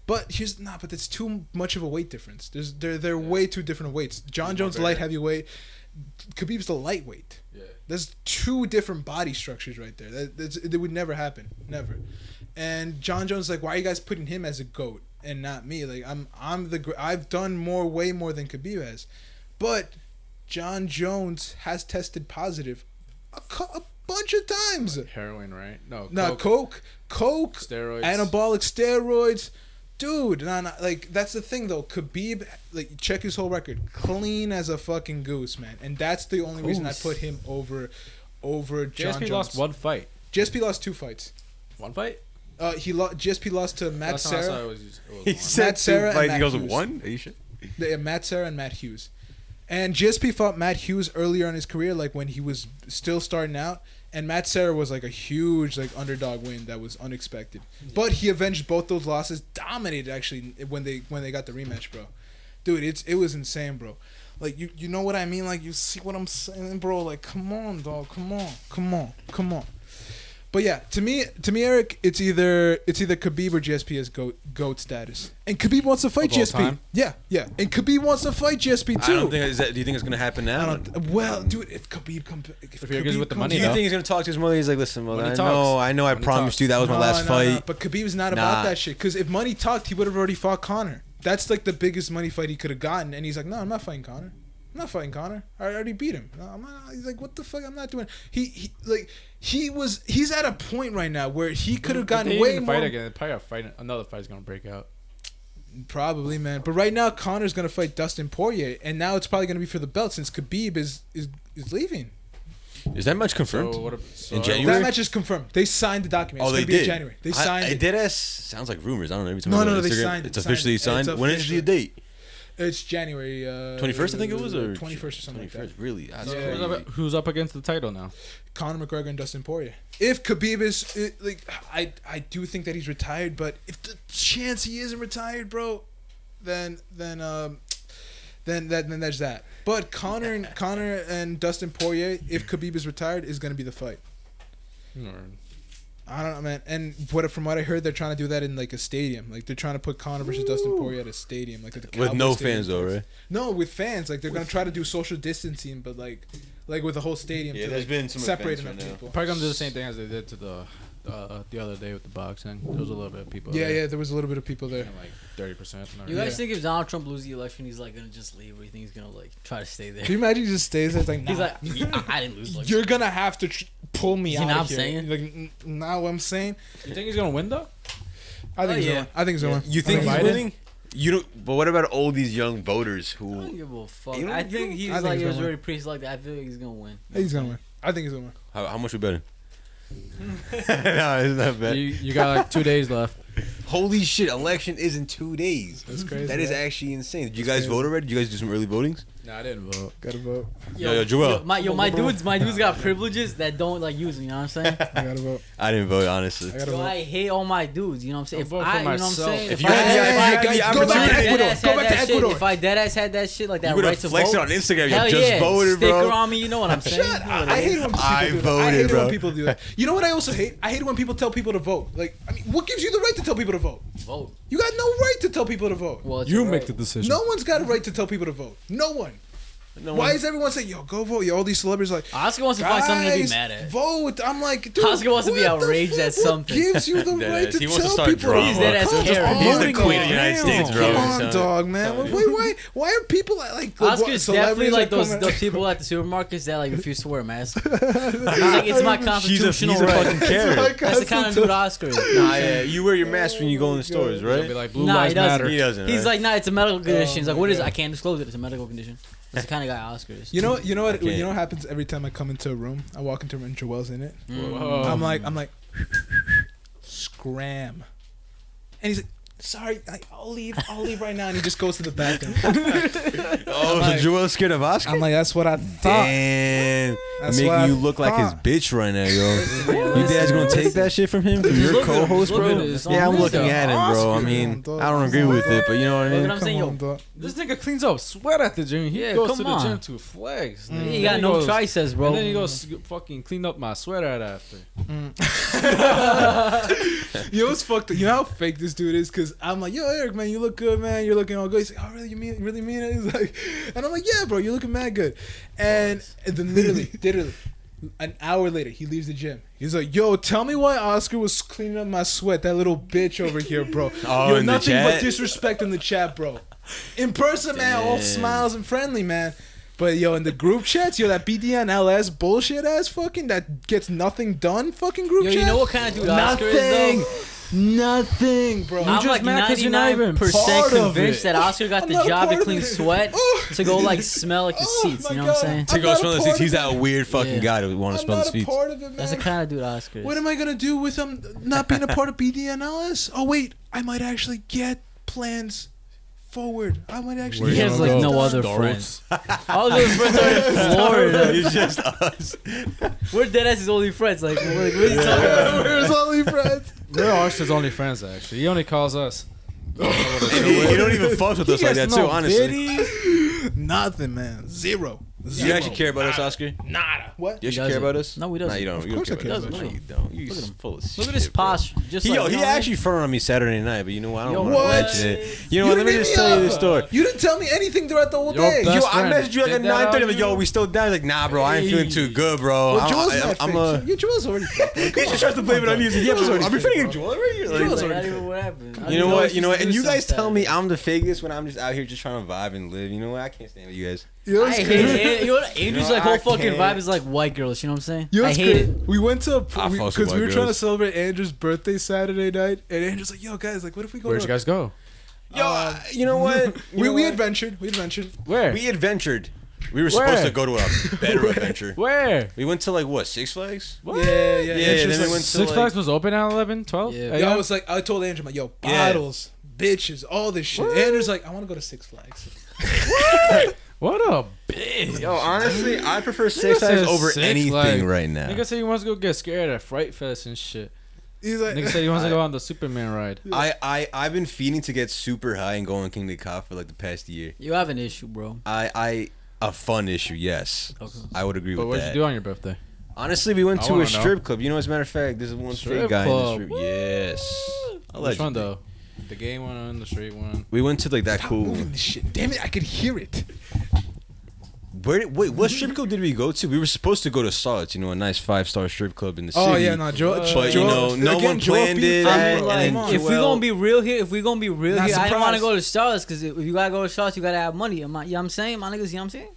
But here's nah, but it's too much of a weight difference. There's they're they're way too different weights. John He's more Jones light bigger. heavyweight, Khabib's the lightweight. Yeah. There's two different body structures right there. That that's, that would never happen, never. And John Jones is like, why are you guys putting him as a goat and not me? Like I'm I'm the gr- I've done more, way more than Khabib has, but John Jones has tested positive a, cou- a bunch of times. Heroin, right? No. No, coke, coke, coke, steroids. anabolic steroids. Dude, nah, nah, like that's the thing though. Khabib, like check his whole record, clean as a fucking goose, man. And that's the only reason I Goose. put him over, over John JSP Jones. lost one fight. GSP lost two fights. One fight? Uh, he lost. GSP lost to Matt Last time I saw it Sarah, was, it was He one. said two Serra and fights. He Matt goes Hughes. one. Are you sure? the, uh, Matt Sarah and Matt Hughes, and GSP fought Matt Hughes earlier in his career, like when he was still starting out. And Matt Sarah was like a huge like underdog win that was unexpected, but he avenged both those losses. Dominated actually when they when they got the rematch, bro. Dude, it's it was insane, bro. Like you you know what I mean? Like you see what I'm saying, bro? Like come on, dog. Come on, come on, come on. But yeah, to me, to me, Eric, it's either it's either Khabib or GSP as goat goat status, and Khabib wants to fight Of all GSP. time? Yeah, yeah, and Khabib wants to fight GSP too. I don't think. Is that, do you think it's gonna happen now? I don't- well, dude, if Khabib comes, If he agrees with the do money, you though. think he's gonna talk to his mother? He's like, listen, When mother. he I talks. know. I know. I When he promised talks. you that was my No, last no, no, fight. But Khabib's not about Nah. that shit. Because if money talked, he would have already fought Connor. That's like the biggest money fight he could have gotten. And he's like, no, I'm not fighting Connor. I'm not fighting Connor. I already beat him. No, I'm not. He's like, what the fuck? I'm not doing. He, he like he was. He's at a point right now where he could have If gotten they way even more. Fight again. Probably a fight, another fight's gonna break out. Probably, man. But right now, Connor's gonna fight Dustin Poirier, and now it's probably gonna be for the belt since Khabib is is is leaving. Is that much confirmed? So what? A, so In January? That match is confirmed. They signed the document. It's oh, gonna they be did. in January. They I- signed I, it. did as sounds like rumors. I don't know. Every time No, I go no, on no, they Instagram, signed it, It's signed officially it. signed. It's when is the official. date? It's January uh, Twenty first, I think it was, or twenty first or something. Like that. 21st, Really? That's Yeah. Who's crazy. up, who's up against the title now? Conor McGregor and Dustin Poirier. If Khabib is it, like, I I do think that he's retired, but if the chance he isn't retired, bro, then then um. Then that then there's that. But Connor and Connor and Dustin Poirier, if Khabib is retired, is gonna be the fight. Or- I don't know, man. And what from what I heard, they're trying to do that in like a stadium. Like they're trying to put Conor versus Dustin Poirier at a stadium, like at the With no Cowboys stadium. fans though, right? No, with fans. Like they're gonna try to do social distancing, but like, like with the whole stadium. Yeah, to, there's like, been some separate events enough right now. people. Probably gonna do the same thing as they did to the uh, the other day with the boxing. There was a little bit of people. Yeah, there, yeah. There was a little bit of people there. and, like thirty percent. You guys Yeah. think if Donald Trump loses the election, he's like gonna just leave, or you think he's gonna like try to stay there? Can you imagine he just stays there? It's like, nah, He's like, yeah, I didn't lose. the election. you're gonna have to tr- pull me You out. know of what I'm here. saying? Like, n- n- not what I'm saying. You think he's gonna win though? I think Oh, he's yeah. gonna win. I think he's gonna win. You think I he's Biden? winning? You don't. But what about all these young voters I don't who? give a fuck. You don't- I you think don't- he's I think like he's it gonna was win. already pre-selected. I feel like he's gonna win. He's gonna win. I think he's gonna win. How, how much we betting? no, it's not You, bad. you got like two days left. Holy shit! Election is in two days. That's crazy. That is actually insane. Did you guys crazy. vote already? Did you guys do some early votings? No, I didn't vote. Gotta vote. Yo, yo, Joel. my yo, Come my on, bro. dudes, my dudes got privileges that don't like use. 'em, You know what I'm saying? I gotta vote. I didn't vote, honestly. I gotta Yo, vote. I hate all my dudes. You know what I'm saying? I'll If vote for I, you know what I'm myself. saying? If If you I had the- if had- if I you had go back the deadass to opportunity- Ecuador. had Go back that to shit- Ecuador. If I dead ass had that shit, like that You would right have to flexed it on vote. Instagram. Hell You just yeah, voted, sticker bro. on me. You know what I'm saying? Shut You know up. what I hate when people I do that. I voted, hate bro. when people do that. You know what I also hate? I hate when people tell people to vote. Like, I mean, what gives you the right to tell people to vote? Vote. You got no right to tell people to vote. Well, it's You a make vote. the decision. no one's got a right to tell people to vote. No one. No Why one- is everyone saying, "Yo, go vote"? Yo, all these celebrities are like. Oscar wants to find something to be mad at. Vote. I'm like, dude. Oscar wants to be what the outraged fuck? at What something. gives you the That right is. to He wants to tell start people? drama. He's dead ass Come on, Karen. He's the queen of the United man. States, bro. Come Son. on, dog, man. Why, why, why are people like, like what, Oscar's definitely celebrities are like those, coming- those people at the supermarkets that like refuse to wear a mask. He's like, it's my She's a, constitutional she's a right. fucking Karen. Like, That's the kind of dude Oscar is. Nah, yeah, you wear your mask when you go in the stores, It's gonna right? be like blue Nah, lives he doesn't. matter. he doesn't. He's right? like, nah, it's a medical condition. He's like, my what is it? God. I can't disclose it. It's a medical condition. That's the kind of guy Oscar is. You know, you know what, can't. you know what happens every time I come into a room. I walk into a room and Joel's in it. Whoa. I'm like, I'm like, scram, and he's like, sorry, like, I'll leave, I'll leave right now, and he just goes to the bathroom. oh, I'm so like- Joel's scared of Oscar? I'm like, that's what I thought. Damn. That's what I making you look like his thought. bitch right now, yo. Yo, Your dad's listen, gonna take listen. that shit from him, from Just your look at him, co-host, just look bro. at him, it's Yeah, on I'm him. looking at him, bro. I mean, I don't agree with it, but you know what I Look at mean. him. I'm Come saying, yo, on, dog. This nigga cleans up sweat at the gym. He Yeah, goes come to the on. Mm. gym to flex. nigga. He Then got no goes- triceps, bro. And then he goes "G- fucking clean up my sweater right after. You know what's fucked up? You know how fake this dude is? Because I'm like, yo, Eric, man, you look good, man. You're looking all good. He's like, oh, really? You mean, really mean it? He's like, and I'm like, yeah, bro, you're looking mad good. And, and then literally, literally, an hour later, he leaves the gym. He's like, yo, tell me why Oscar was cleaning up my sweat. That little bitch over here, bro. Oh, you're in the nothing but chat? disrespect in the chat, bro. In person, man, all smiles and friendly, man. But yo, in the group chats, yo, that BDN LS bullshit ass fucking that gets nothing done fucking group Yo, chat. you know what kind of dude Oscar Nothing. is though? Nothing, bro. I'm just like mad 'cause you're not even 99 percent part of convinced it. that Oscar got I'm the not a job to part of clean it. sweat to go like smell like the Oh, seats. my You know what God. I'm saying? I'm He goes not a smell the part seats. of He's it. that weird fucking Yeah. guy who want I'm to smell the not a seats. part of it, man. That's the kind of dude Oscar is. what am I gonna do with them not being a part of BDNLS? Oh wait, I might actually get plans forward. I might actually. Where He get you has plans gonna like go? no done. other Starbucks. friends. All those friends are in Florida. It's just us. We're dead ass his only friends. Like, we're like, what are you talking about? Where's all your friends? We're Archer's only friends, actually. He only calls us. And he, he don't even fuck with us like that, too, honestly. Nothing, man. Zero. Do Zero. you actually care about us, Oscar? What? You He actually care doesn't. about us? No, he Nah, doesn't. you don't. Of you course I don't care care about us. about No, you. you don't. You Look at him. full of shit. Look at his bro. posture. Just He, like, yo, you he know what I mean? actually fronted on me Saturday night, but you know what? I don't Yo, want to what? mention it. You know what? You Let me did just me tell you up. this story. You didn't tell me anything throughout the whole Your day. best Yo, You- I friend. messaged you like at Did that nine thirty. on Like, yo, you? we still down. He's like, nah, bro, I ain't feeling too good, bro. Well, I'm- Joel's I- not I'm, fake. a. Your Joel's already fake. He just tries to blame it on me. He's like, yeah, Joel's bro, already are we fake, finna get Joel right here? Like, Like, I don't even know what happened. I you know didn't what? he You know used what? to And do you guys something. tell me I'm the fakest when I'm just out here just trying to vibe and live. You know what? I can't stand you guys. You know I what's hate crazy? it. You know what? Andrew's know, like whole I fucking can't. vibe is like white girls. You know what I'm saying? You know I what's hate great? it. We went to I because we, fuck with 'cause we white were trying to girls. celebrate Andrew's birthday Saturday night, and Andrew's like, "Yo, guys, like, what if we go?" Where'd to you a-" guys go? Yo, uh, you know what? You We, know we what? adventured. We adventured. Where? we adventured. We were supposed Where? to go to a better adventure. Where? We went to like what Six Flags? What? Yeah, yeah. Yeah, It's and just then we like- went to Six like, Flags was open at 11, 12? Yeah. Yo, I was like, I told Andrew, I'm like, "Yo, Yeah. bottles, bitches, all this shit." Andrew's like, "I want to go to Six Flags." What a bitch. Yo, honestly, I prefer Six said Flags over Six anything Flags. right now. Nigga said he wants to go get scared at Fright Fest and shit. He's like, Nigga said he wants to go on the Superman ride. I, I I've been feeding to get super high and going King the Cop for like the past year. You have an issue, bro. I I a fun issue, yes. Okay. I would agree But with what'd that. you do on your birthday? Honestly, we went I to wanna a strip club. You know, as a matter of fact, there's one straight Strip guy club. in the strip. Yes. Which one Allegedly. though? The gay one and the straight one. We went to like that "Stop cool. moving this shit. Damn it, I could hear it." Where? Wait, what strip club did we go to? We were supposed to go to Sards, you know, a nice five star strip club in the city. Oh yeah, no, Joe. But, Joe you know, no one Joe planned beat it, Joe, and- I'm bro, and like, come on. if we're Joel- gonna be real here, if we're gonna be real Not here, I don't want to surprised. go to Charles because if you gotta go to Charles, you gotta have money. Am I, you know what I'm saying, my niggas, you know what I'm saying?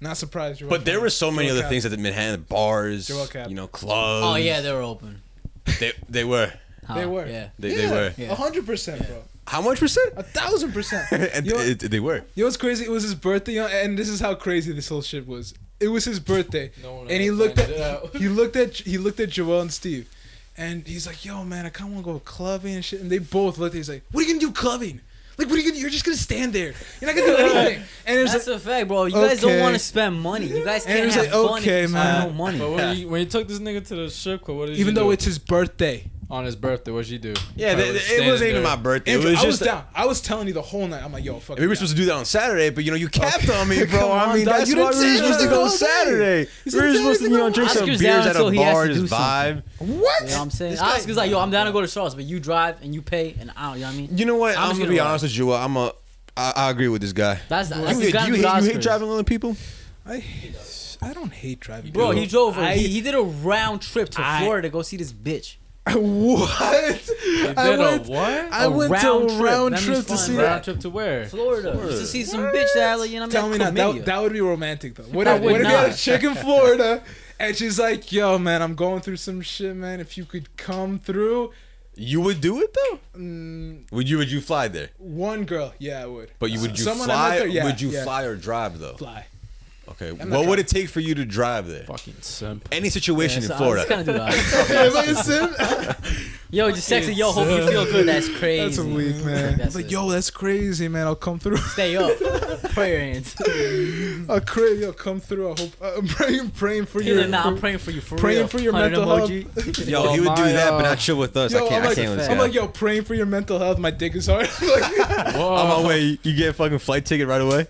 not surprised. Joe But there were so many Joel other Cap. things at the Manhattan bars, Joel Cap. you know, clubs. Oh yeah, they were open. they they were. They were. Yeah. They, they were. A hundred percent, bro. How much percent? A thousand percent. and you, know, it- they were. you know what's crazy? It was his birthday, uh, and this is how crazy this whole shit was. It was his birthday, No one and he ever looked planned at it out. he looked at he looked at Joel and Steve, and he's like, "Yo, man, I kind of want to go clubbing and shit." And they both looked. at He's like, "What are you gonna do clubbing? Like, what are you gonna? do? You're just gonna stand there. You're not gonna do anything." And it was That's like, a fact, bro. You guys don't Okay. want to spend money. You guys And it can't was have like, fun okay, if you man. spend no money. But when you, when you took this nigga to the strip club, what did even you do? though it's his birthday, on his birthday, what'd you do? Yeah, Probably they, it standing wasn't even there. my birthday. Andrew, it was I was just a- down. I was telling you the whole night. I'm like, "Yo, fuck." We were it, supposed to do that on Saturday, but you know you capped on me, Come bro. I on, mean, dog. that's You why didn't we were say supposed to that go all day. Saturday. You We said were that supposed to, you know, drink some Oscar's beers down at until a he has bar, to do just vibe. something. What? You know what I'm saying? This guy- Oscar's like, yo, I'm down to go to Charles, but you drive and you pay, and I don't. You know what I mean? You know what? I'm I'm, just gonna gonna be lie. honest with you. I'm a. I, I agree with this guy. That's that's you, the hate- guy you, with hate, you hate Oscars. driving on people? I I don't hate driving. Bro, Dude. he drove. I- he, he did a round trip to I- Florida to go see this bitch. what? I did a went. what? I A went to round a trip. round That means trip to fun, see bro. that. Round trip to where? Florida just to see some bitch that like, you know what I Tell me mean? not That could that, make that would be romantic though. What I if, would what if you had a not. chick in Florida and she's like, "Yo, man, I'm going through some shit, man. If you could come through." You would do it though. Mm, Would you? Would you fly there? one girl, yeah, I would. But you would you Someone I met fly? there, yeah, would you yeah. fly or drive though? fly. Okay. What not would it take for you to drive there? Fucking simp. Any situation you. in So I was Florida. kinda do that. Am I a simp? Yo, just texted. Yo, hope you feel good. That's crazy. That's a weak man. That's It's like, it. yo, that's crazy, man. I'll come through. Stay up. Pray your hands. I'll cra- yo, come through. I hope. I'm praying, praying for He's your. like, nah, I'm praying for you. For Praying real. for your Hundred mental emoji. Yo, he would do my, that, but uh, not chill with us. Yo, I can't. I'm I like, can't with this I'm guy. like, yo, praying for your mental health. My dick is hard. I'm like, Whoa. I'm on my way. You get a fucking flight ticket right away.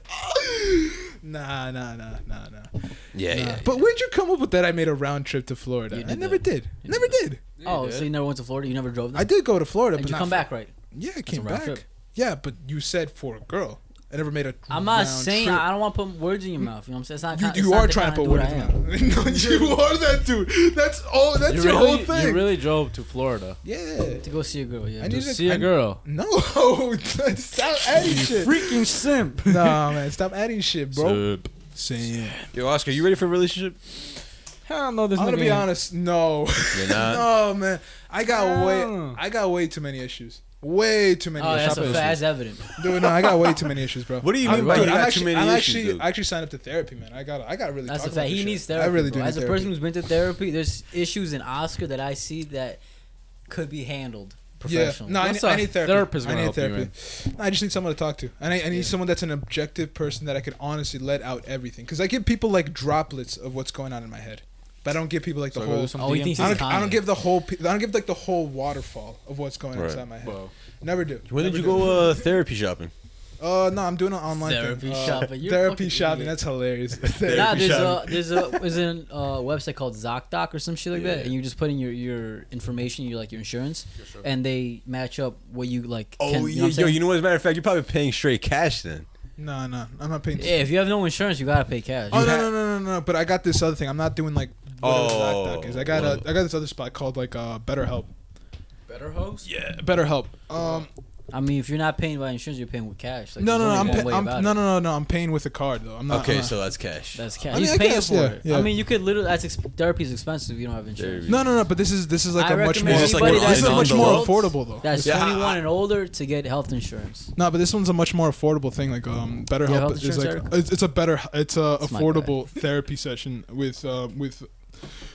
nah, nah, nah, nah, nah. Yeah, yeah. But where'd you come up with that? I made a round trip to Florida. You I did never that. did. You never did. Oh, so you never went to Florida? You never drove? I did go to Florida, Did but you not come for- back right? Yeah, I came round back. trip. Yeah, but you said for a girl. I never made a. I'm not round saying trip. I don't want to put words in your mouth. You know what I'm saying? It's not. You, kind- you it's not are the trying to kind put of words in dude I my am. mouth. No, you are that dude. That's all. That's You your really, whole thing. you really drove to Florida yeah. To go see a girl, yeah. I to need to- see a I- girl. No, stop adding shit. Freaking simp. Nah, man, stop adding shit, bro. Simp. Same. Yo, Oscar, you ready for a relationship? Hell no, this I'm gonna nigga be ain't- honest. No, You're not? no, man. I got way, Oh. I got way too many issues. Way too many Oh, issues. that's a fact. That's evident. Dude, no, I got way too many issues, bro. What do you I'm- mean by dude, you I'm got too actually, many I'm issues, actually, dude? I actually signed up to therapy, man. I got, I got really. That's a talk fact. about He this needs shit. therapy. I really bro. do. As a need person therapy. who's been to therapy, there's issues in Oscar that I see that could be handled yeah, professionally. no, I need, What's I a need therapy. therapist I gonna need help you, therapy. I just need someone to talk to, and I, I need someone that's an objective person that I can honestly let out everything. Because I give people like droplets of what's going on in my head, but I don't give people like the So I go whole do some Oh, he DMT. thinks I he's don't, I don't Kanye. give the whole. pe- I don't give like the whole waterfall of what's going on Right. inside my head. Whoa. Never do. When did Never you do. go uh, therapy shopping? Uh, no, I'm doing an online Therapy thing. Uh, shopping. You're a therapy fucking shopping. idiot. That's hilarious. Nah, Therapy there's a shop. there's a there's an uh, website called ZocDoc or some shit like Yeah, that, and yeah. you just put in your your information, your like your insurance, and they match up what you like. Oh, can- you yo, know what I'm yo, saying? you know what? As a matter of fact, you're probably paying straight cash then. no, no, I'm not paying. yeah, if you have no insurance, you gotta pay cash. Oh You- no, no, no, no, no! But I got this other thing. I'm not doing like whatever Oh. Zocdoc is. I got a, I got this other spot called like uh, BetterHelp. Better host? Yeah, BetterHelp. Um, I mean, if you're not paying by insurance, you're paying with cash. Like, no, no, there's no, I'm, only pa- one way I'm about no, it. no, no, no. I'm paying with a card though. I'm not. Okay, I'm not- so that's cash. That's cash. I mean, He's I paying guess, for yeah, it. yeah. I mean, you could literally. That's ex- therapy is expensive if you don't have insurance. Therapy. No, no, no. But this is this is like I a much more. recommend Is this, like, this an is on- much on the more roads? affordable though. That's Yeah, I- 21 and older to get health insurance. No, but this one's a much more affordable thing. Like, um, Yeah, BetterHelp health is like insurance, Eric? it's, it's a better, it's a It's my affordable therapy session with uh, with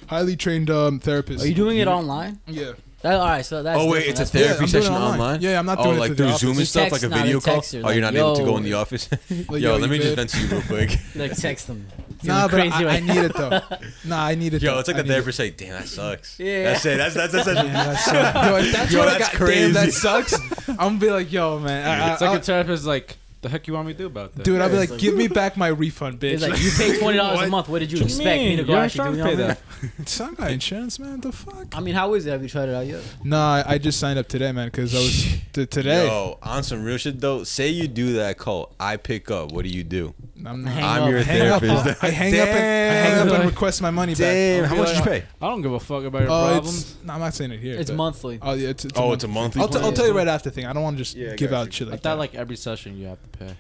highly trained um therapists. Are you doing it online? Yeah, That, all right, so that's oh wait, different. it's a That's Yeah, I'm therapy doing it session online. online. Yeah, yeah, I'm not oh, doing it like through the through office. Zoom You and stuff, text like a now, video they call. text Oh, you, you're like, not able to yo. go in the office. Like, yo, yo, let you me just good? vent to you real quick. Like text them. nah, but Feeling I, crazy I right need it though. Nah, I need it. Yo, though. it's like I the need it. therapist say, "Damn, that sucks." Yeah. that's it. That's that's that's. that's, Yeah, that sucks. Yo, if that's Yo, what I that's got, damn, that crazy. sucks. I'm gonna be like, yo, man. I, I, It's like I'll- a therapist, like, the heck you want me to do about that? dude, I'll be Yeah, like, it's like- give me back my refund, bitch. It's like you pay twenty dollars a What? month. What did you, What do you expect me mean? to go You're actually do? You insurance know what I pay mean? that. Some guy insurance, man. The fuck? I mean, how is it? Have you tried it out yet? Nah, I just signed up today, man, because I was t- today. Yo, on some real shit though. Say you do that call, I pick up. What do you do? I'm Hang not. I'm up. your hang up. therapist. I hang up and I hang up and Damn. request my money Damn, back. how much did you pay? I don't give a fuck about your Oh, problems. it's, no, I'm not saying it here. It's but- monthly. Oh, yeah, it's, it's Oh, month- it's a monthly I'll, t- plan. I'll tell you right after thing. I don't want to just Yeah, give gotcha. out shit I like thought that. like every session you have to pay.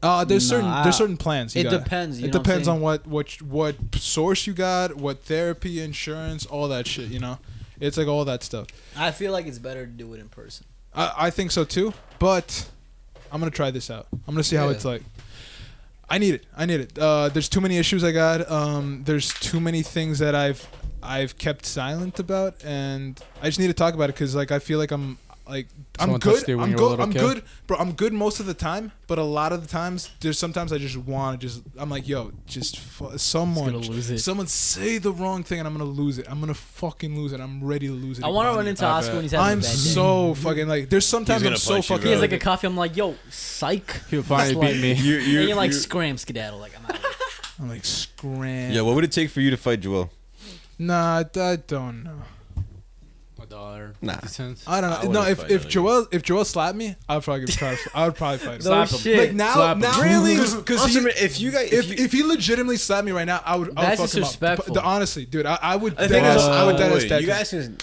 Uh, there's Nah, certain I- there's certain plans. You it gotta- depends, you it know what I'm depends saying? on what what what source you got, what therapy, insurance, all that shit. You know, it's like all that stuff. I feel like it's better to do it in person. I I think so too. But I'm gonna try this out. I'm gonna see how Yeah. it's like. I need it. I need it. Uh, there's too many issues I got. Um, there's too many things that I've I've kept silent about, and I just need to talk about it because like I feel like I'm like I'm Someone good. touched you when I'm you were a good. little I'm kid? good, bro. I'm good most of the time, but a lot of the times there's sometimes I just want to just I'm like yo, just fu- someone Just gonna lose it. someone say the wrong thing and I'm gonna lose it. I'm gonna fucking lose it. I'm ready to lose it. I want to again. run into I Oscar bet. when he's having a I'm bad day. so fucking like. There's sometimes He's gonna I'm so punch you, fucking. he has like a Bro. coffee. I'm like, yo, psych. He'll finally It's like- beat me. You, and you're like, scram, skedaddle. Like, I'm out. I'm like scram. yeah, what would it take for you to fight Joel? Nah, I- I don't know. A dollar, Nah. fifty cents. I don't know. I no, wouldn't if fight if him. Joel if Joel slapped me, I'd probably try. To, I would probably fight him. No Slap him. shit. Like now, Slap him. now Really? Because he, if you guys, if if he legitimately slapped me right now, I would. I would fuck That's him up. disrespectful. But the- honestly, dude, I, I would. the thing dead is, ass- I would dead ass wait, tag you him. guys can.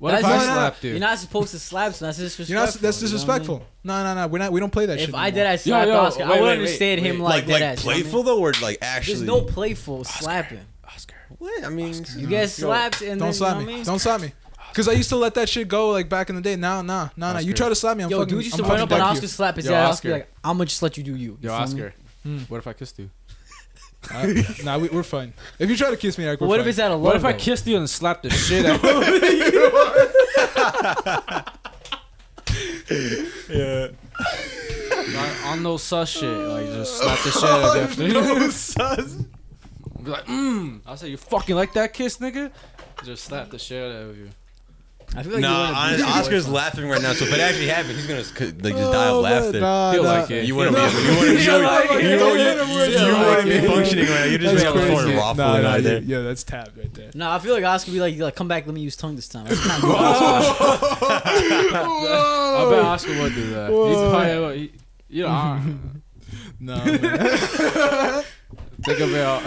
What if That's I not- slapped You're you? not supposed to slap, so that's disrespectful. You're not. That's you know what I mean? disrespectful. No, no, no. We're not. We don't play that shit. If no I more. did, I slapped yo, Oscar. wait, I wait, would wait, understand wait. him Like, like, like, that. ass, you know what I mean? playful though, or like actually. There's no playful slapping. Oscar. What I mean, You get slapped and Don't then, slap you know what I me. mean? Don't slap me. Cause I used to let that shit go like back in the day. Now, nah, nah, nah. Oscar. You try to slap me, I'm Yo, fucking. dude used to I'm run up fucking on duck you. Oscar, slap his Yo, ass. Oscar. Be like, I'm gonna just let you do you. You Yo, feel me? Oscar. What if I kissed you? I- nah, we, we're fine. If you try to kiss me, Eric, we're But what if fine. it's at a low? What if I though? kissed you and slapped the shit out of Yeah. you? on, on no sus shit? Like just slap the shit out of Oh, you. Be like, mmm. I say you fucking like that kiss, nigga. Just slap the shit out of you. I feel like you Nah, wanna honest- be- Oscar's laughing right now. So if it actually happened, he's gonna like just die Oh, man, of laughter. Nah, Feel nah. like it. You wouldn't be. No. able- You wouldn't. Feel you- like it. You know, you- Yeah, you wouldn't like be it. functioning right now. You're just That's being on the phone crazy. raffling Nah, nah, right yeah, there. yeah, that's tabbed right there. No, I feel like Oscar be like, like, come back, let me use tongue this time. That's kinda Oh. I bet Oscar would do that. He's probably, he, "Ah, you know, I- No, man. think about.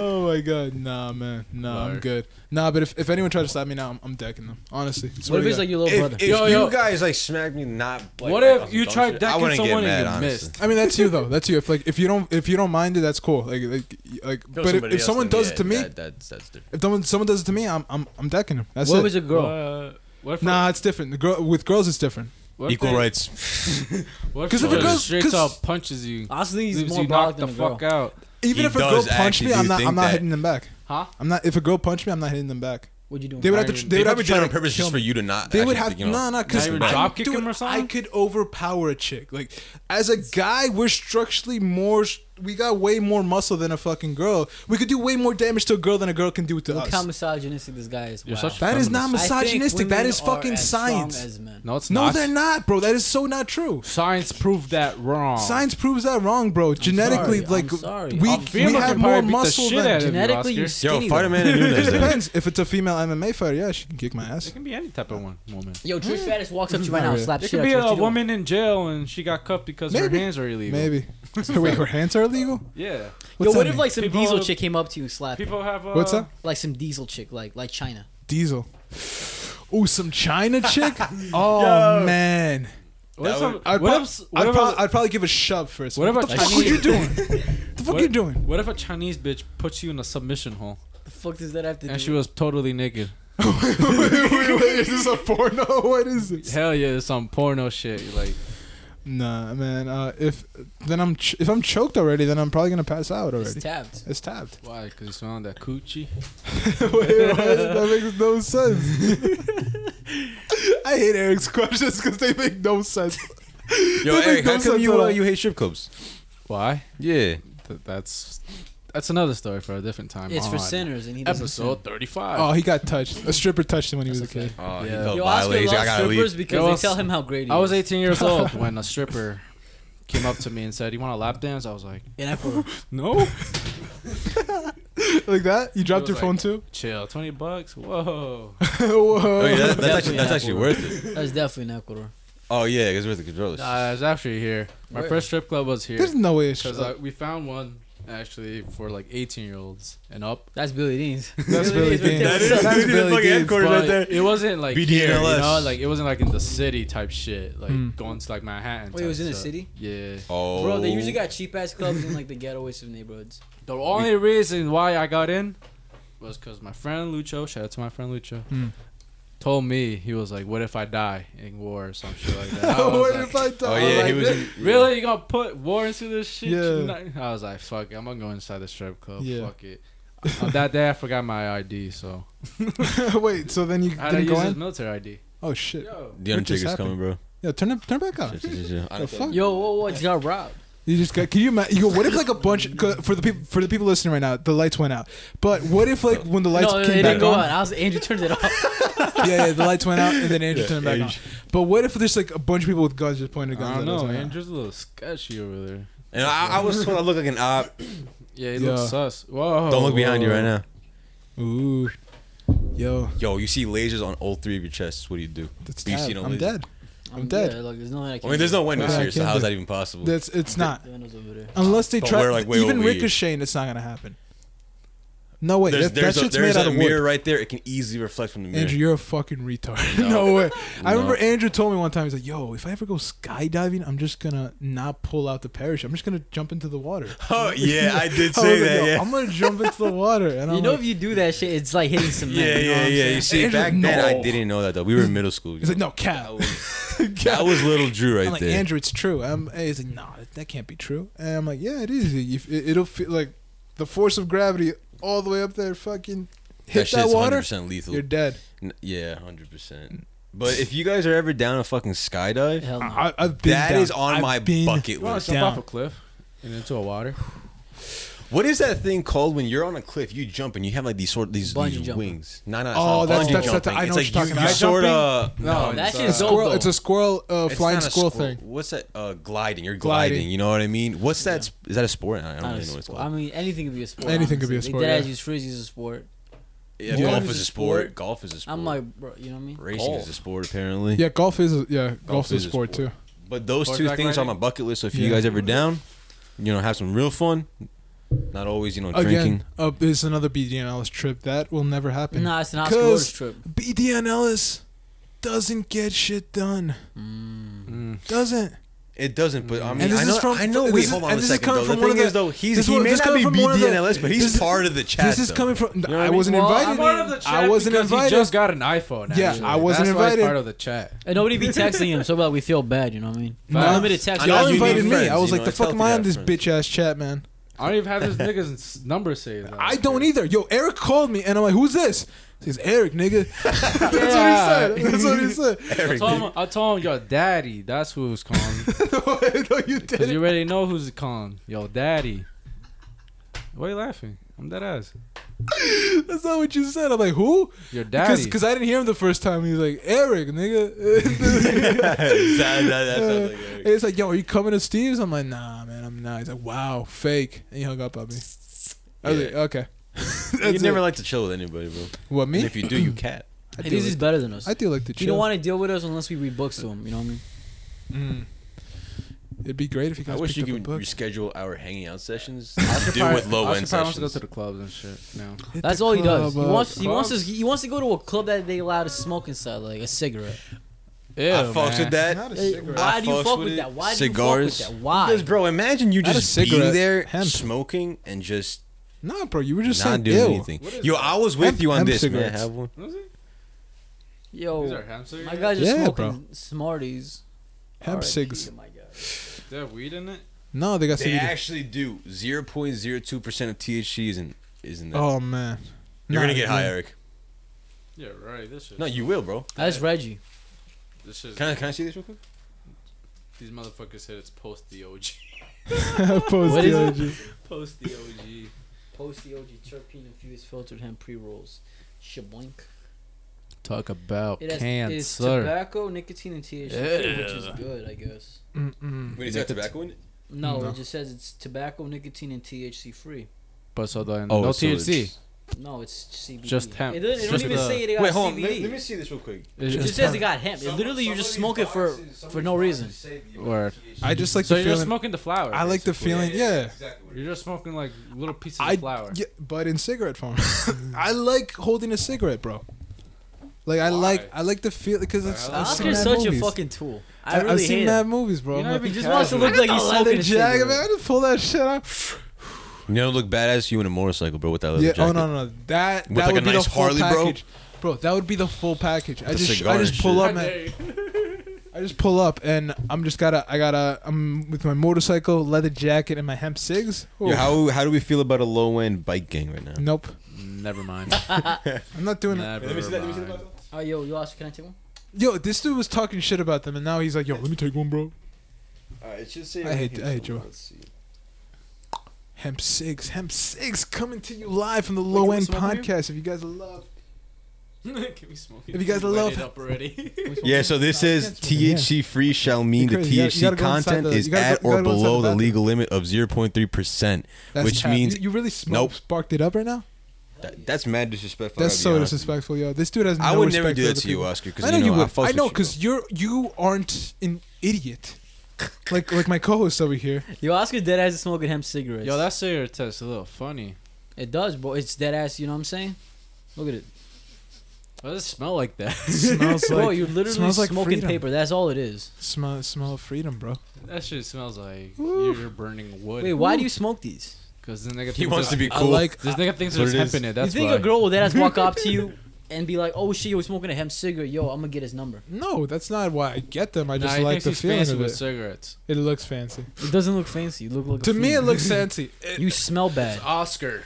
oh my god, nah, man, nah, I'm Liar. good. Nah, but if, if anyone tries to slap me now, I'm, I'm decking them. Honestly, what if it's like your little brother? If, if Yo, you yo. guys like smacked me, not like, What like, if on some you dumb tried shit, decking I wouldn't someone get and mad, you honestly. missed? I mean, that's you though. That's you. If like if you don't if you don't mind it, that's cool. Like like like. But if, if someone does it to me, that's that's different. if someone someone does it to me, I'm I'm I'm decking them. That's what it. was a girl? What, what if Nah, it's different. The girl with girls, it's different. what if Equal they- rights. What 'Cause if if it it goes- goes straight 'cause- Ah, up punches you? Oscar thinks he's Leaves more you violent knocked the than a girl. fuck out. Even He if a girl does punched actually me, do I'm not think I'm not that. hitting them back. Huh? I'm not. If a girl punched me, I'm not hitting them back. What'd you do? They would have Not to. even- They They would have probably to did it try on to purpose kill just for me. you to not. They actually would have think, you know, no, no, because Not even drop kick him or something? I could overpower a chick. Like as a guy, we're structurally more. We got way more muscle than a fucking girl. We could do way more damage to a girl than a girl can do to Look us. how misogynistic this guy is. You're Wow. such- that is not I think misogynistic. That women is are fucking as strong science. as men. No, it's no, not. they're not, bro. That is so not true. Science proved that wrong. Science proves that wrong, bro. Genetically, sorry, I'm like sorry. we, A we female can have probably more beat the muscle shit out than. of Genetically, Oscar. you Yo, Yo, skinny. fight a though. man and It Nunes. then. depends. If it's a female MMA fighter, yeah, she can kick my ass. It can be any type of one woman. Yo, Trish Stratus walks up to you right now and slaps It shit could out be you. What a you doing? woman in jail and she got cuffed because Maybe. her hands are illegal. Maybe. Wait, her hands are illegal. Yeah. What's Yo, what that if mean? like some People- diesel chick came up to you and slapped? you? People have. Uh, What's up? Like some diesel chick, like like China. Diesel. Ooh, some China chick. oh man. What if That some- would- I'd, what prob- if s- I'd, what if prob- a- I'd probably give a shove first. what if the a fuck are Chinese- you doing? the fuck are you doing? what if a Chinese bitch puts you in a submission hole The fuck does that have to do? and she with- was totally naked? wait, wait, wait, is this a porno? What is this? Hell yeah, it's some porno shit. You're Like Nah, man. Uh, if then I'm ch- if I'm choked already, then I'm probably gonna pass out already. It's tapped. It's tapped. why? Because you smelling that coochie. Wait, why- that makes no sense. I hate Eric's questions because they make no sense. Yo, That makes Eric, how no come sense at you uh, all. you hate strip clubs? Why? Yeah. Th- that's that's another story for a different time. It's for on sinners, and he doesn't. Episode thirty-five. Oh, he got touched. A stripper touched him when he was a That's a kid. Oh, Yeah. sin. felt Yo, Oscar violated. loves I gotta strippers leave. because Yo, they Os- tell him how great he I was is. 18 years old when a stripper came up to me and said, "You want a lap dance?" I was like, And I put- "No, Like that? You dropped was your like- phone too? chill. Twenty bucks. Whoa." Whoa. Oh, yeah, that- that's Definitely actually that's not actually cool. worth it. That's definitely an Ecuador. Oh yeah, because we're at the controllers. Nah, it was actually here. My Where? first strip club was here There's no way it's because we found one actually for like 18 year olds and up. That's Billy Dean's. That's Billy Dean's. that is That's that's Billy the fucking Dean's, headquarters right But there. It wasn't like BDLS. here, you know, like it wasn't like in the city type shit, like Mm. going to like Manhattan. Wait, it was type in the stuff. city? Yeah. oh, Bro, they usually got cheap ass clubs in like the ghettoest of neighborhoods. The only reason why I got in was because my friend Lucho, shout out to my friend Lucho, Mm. told me he was like, "What if I die in war or some shit like that?" I was what like, if I die? Oh yeah, he like was. this? In, Really, you gonna put war into this shit? Yeah. Not- I was like, "Fuck, it, I'm gonna go inside the strip club. Yeah. Fuck it." On that day, I forgot my ID, so Wait, so then you I had to didn't use go his in? military ID. Oh shit! Yo, The What just Undertaker's coming, bro. Yeah, turn it, turn it back on. Shit, shit, shit. The fuck? Yo, whoa, whoa, it's got robbed. You just got. Can you imagine? You go, what if like a bunch 'cause for the people for the people listening right now, the lights went out. But what if like when the lights no, it came didn't back go on? out. I was Andrew turned it off. Yeah, yeah, the lights went out and then Andrew Yeah, turned it back Andrew. on. But what if there's like a bunch of people with guns just pointing guns? I don't at us know. right now? Andrew's a little sketchy over there. And I, I was told I look like an op. Yeah, he Yeah. looks sus. Oh, Whoa! Don't look behind you whoa. right now. Ooh, yo, Yo, you see lasers on all three of your chests. What do you do? that's You see bad. no I'm laser. dead. I'm dead. Yeah, like, there's nothing I I can mean, there's do. no windows Yeah, I here, so can't how's do- that even possible? That's it's not The window's over there. unless they But try. we're, like, way even over here. ricocheting, it's not gonna happen. No way. there's that there's that a, shit's there's made out a of mirror wood. right there. It can easily reflect from the mirror. Andrew, you're a fucking retard. No, No. way. I No. remember Andrew told me one time, he's like, yo, if I ever go skydiving, I'm just gonna not pull out the parachute. I'm just gonna jump into the water. oh yeah, I did I say was like, that. "Yo, yeah. I'm gonna jump into the water. And You I'm know, like, if you do that shit, it's like hitting cement. Yeah, you know what yeah, I'm yeah. saying? You see, Andrew's back like, then I "No." didn't know that though. We were in middle school. he's like, no, That Cal. was- that was little Drew right I'm like, there. Andrew, it's true. I'm, and he's like, no, that, that can't be true. And I'm like, yeah, it is. If, it, it'll feel like the force of gravity all the way up there, fucking hit that, shit's water, 100% lethal. you're Mm. dead. N- Yeah, hundred percent. But if you guys are ever down a fucking skydive, Hell no. I, have been that down. is on I've my been- bucket You want list. to jump Down. off a cliff and into a water? What is that thing called when you're on a cliff, you jump and you have like these sort these, Bungee these jumping. wings? No, no, it's Oh, not that's- bungee that's- that's- jumping. I know it's what like you're you, talking you about. sort of No, that it's, shit's uh, dope. Squirrel, though. it's a squirrel uh, flying squirrel thing. What's that? Uh, gliding. You're gliding, Gliding. You know what I mean? What's that? sp- Is that a sport? I don't Not a really know what it's sport. called. I mean, anything could be a sport. Anything could be a honestly. sport, They dead yeah. ass use frisbees as a sport. yeah, Yeah. golf is a sport. Golf is a sport. I'm like, bro, you know what I mean? racing is a golf. sport apparently. Yeah, golf is a, yeah, golf, is a sport, too. But those Sport two back things are on riding? my bucket list. So if you Yeah. guys ever down, you know, have some real fun. Not always, you know, drinking. Again, uh, it's another BDNLS trip. That will never happen. Nah, it's an Oscar 'Cause- Roach trip. BDNLS doesn't get shit done. Mm. Doesn't. It doesn't, but I mean, And this I is know. from- I know. this Wait, is- hold on and a this is second. coming Though. The from one thing of is, the- though, he's this he one- may this not be coming from one of the- BDNLS, but he's this is- part of the chat. this is though. coming from. know what I I mean? wasn't invited. I wasn't He invited. just got an iPhone. Yeah, actually. I wasn't That's why he's invited. part of the chat. And nobody be texting him, so like we feel bad, you know what I mean? Nah. Unlimited text. I know Y'all you need invited me. friends, I was you like, know, the it's fuck healthy am to I have on this friends. bitch ass chat, man? I don't even have this nigga's s- number saved. I don't either. Yo, Eric called me, and I'm like, who's this? He's Eric, nigga. That's what he said. That's what he said. I told, him, I told him, yo, daddy, that's who's calling. no, you Because didn't. you already know who's calling. Yo, daddy. Why are you laughing? I'm dead ass. That's not what you said. I'm like, who? Your daddy. Because I didn't hear him the first time. He's like, Eric, nigga. that, that, that sounds And like Eric. it's like, yo, are you coming to Steve's? I'm like, nah, man, I'm not. He's like, wow, fake. And he hung up on me. I was Yeah. like, okay. you That's never it. like to chill with anybody, bro. What, me? And if you do, you cat. I Hey, do this is like- better than us. I do like to chill. He don't want to deal with us unless we read books to him, you know what I mean? Mm. It'd be great if you I guys wish picked you up a could book. reschedule our hanging out sessions Oscar to do probably- with low Oscar end probably wants to go sessions. to the clubs and shit. No. Hit That's the all he does. He club up. wants he wants to Clubs? he wants to go to a club that they allow to smoke inside, like a cigarette. I Ew, fucks with Not that. a Hey, cigarette. why do you fucks fuck with with it. that? Why do Cigars. you fuck with that? Why? Because, bro, imagine you Not a just cigarette. being there Hemp. smoking and just Nah, bro, you were just not saying doing ew. anything. What is Yo, that? I was with Hemp- you on hemp this, man. cigarettes. Have one. These Yo, are hamster. Oh, my guys are Yeah, smoking bro. Smarties. Hemp RIP cigs. to my guys. They have weed in it. No, they got They CBD. actually do. Zero point zero two percent of THC is in is in that. Oh man, You're Nah, gonna get yeah. high, Eric. Yeah, right. This shit. No, you will, bro. That's Reggie. This shit. Can I can I see this real quick? These motherfuckers said it's post the OG. Post What is it? theology. post the OG. Post the OG terpene infused filtered hemp pre rolls. Shablink. Talk about It has it's cancer. tobacco, nicotine, and THC, which is good, I guess. Mm-mm. Wait, is that tobacco in it? No, No. it just says it's tobacco, nicotine, and THC free. Oh, But so then, no THC. No, it's CBD. Just hemp. It doesn't, it Just don't even the- say it got Wait, hold on. CBD. Let, let me see this real quick. It's it just just says it got hemp. It literally, you just smoke it for for no reason. Word. I just like So the you're just feeling. smoking the flower. I like the feeling. Yeah. You're just smoking like little pieces I of flower. yeah, but in cigarette form. I like holding a cigarette, bro. Like I like I like the feel because it's I've seen Oscar's mad such movies. a fucking tool. I I really have seen hate mad him. movies, bro. You're I'm not like, even He just wants to look like he's smoking leather a jacket, man. cigarette. I just pull that shit out. You know, look badass you in a motorcycle, bro, with that leather Yeah. jacket. Oh no, no, no. That With, that like, would a be nice the full Harley, bro? package, bro. That would be the full package. I With a just cigar I and just pull shit. up, man. I just pull up and I'm just gotta I gotta I'm with my motorcycle, leather jacket, and my hemp cigs. Ooh. Yo, how how do we feel about a low end bike gang right now? Nope, Never mind. I'm not doing it. Never mind. Oh, yo, you Oscar, can I take one? Yo, this dude was talking shit about them, and now he's like, "Yo, let me take one, bro." I hate- I hate Joe. Hemp Six, Hemp Six, coming to you live from the Low can we End smoke here? Podcast. If you guys love, Can we smoke it? If you guys Light love- it up already. Yeah, so this is THC free shall mean the You're crazy. You THC gotta- you gotta go inside content the- is you gotta at go- you or gotta go inside below the the bathroom. legal limit of 0.3%, that's which cap. means you, you really smoked, Nope. sparked it up right now. That- that's mad disrespectful. That's I gotta be so honest. disrespectful, yo. This dude has. No I would never respect do for that other to you, people. Oscar, I because know you you know, I would. fucks I know with you, because you're you aren't an idiot, like like my co-host over here. Yo, Oscar dead ass is smoking hemp cigarettes. Yo, that cigarette test is a little funny. it does, bro. It's dead ass. You know what I'm saying? Look at it, Why does it smell like that? smells bro. You're literally smells like smoking freedom. paper. That's all it is. Smell smell of freedom, bro. that shit smells like Oof. you're burning Wait, wood. why do you smoke these? Because the He nigga thinks wants that- to be I cool. like This nigga thinks That's what there's it hemp is. in it. That's you think why. a girl will dead ass walk up to you and be like, "Oh shit, you're smoking a hemp cigarette. Yo, I'm gonna get his number." No, that's not why I get them. I Nah, just he like thinks the he's feeling fancy of with it. cigarettes. It looks fancy. It doesn't look fancy. You look like a to me, fiend. it looks fancy. It- You smell bad. Oscar.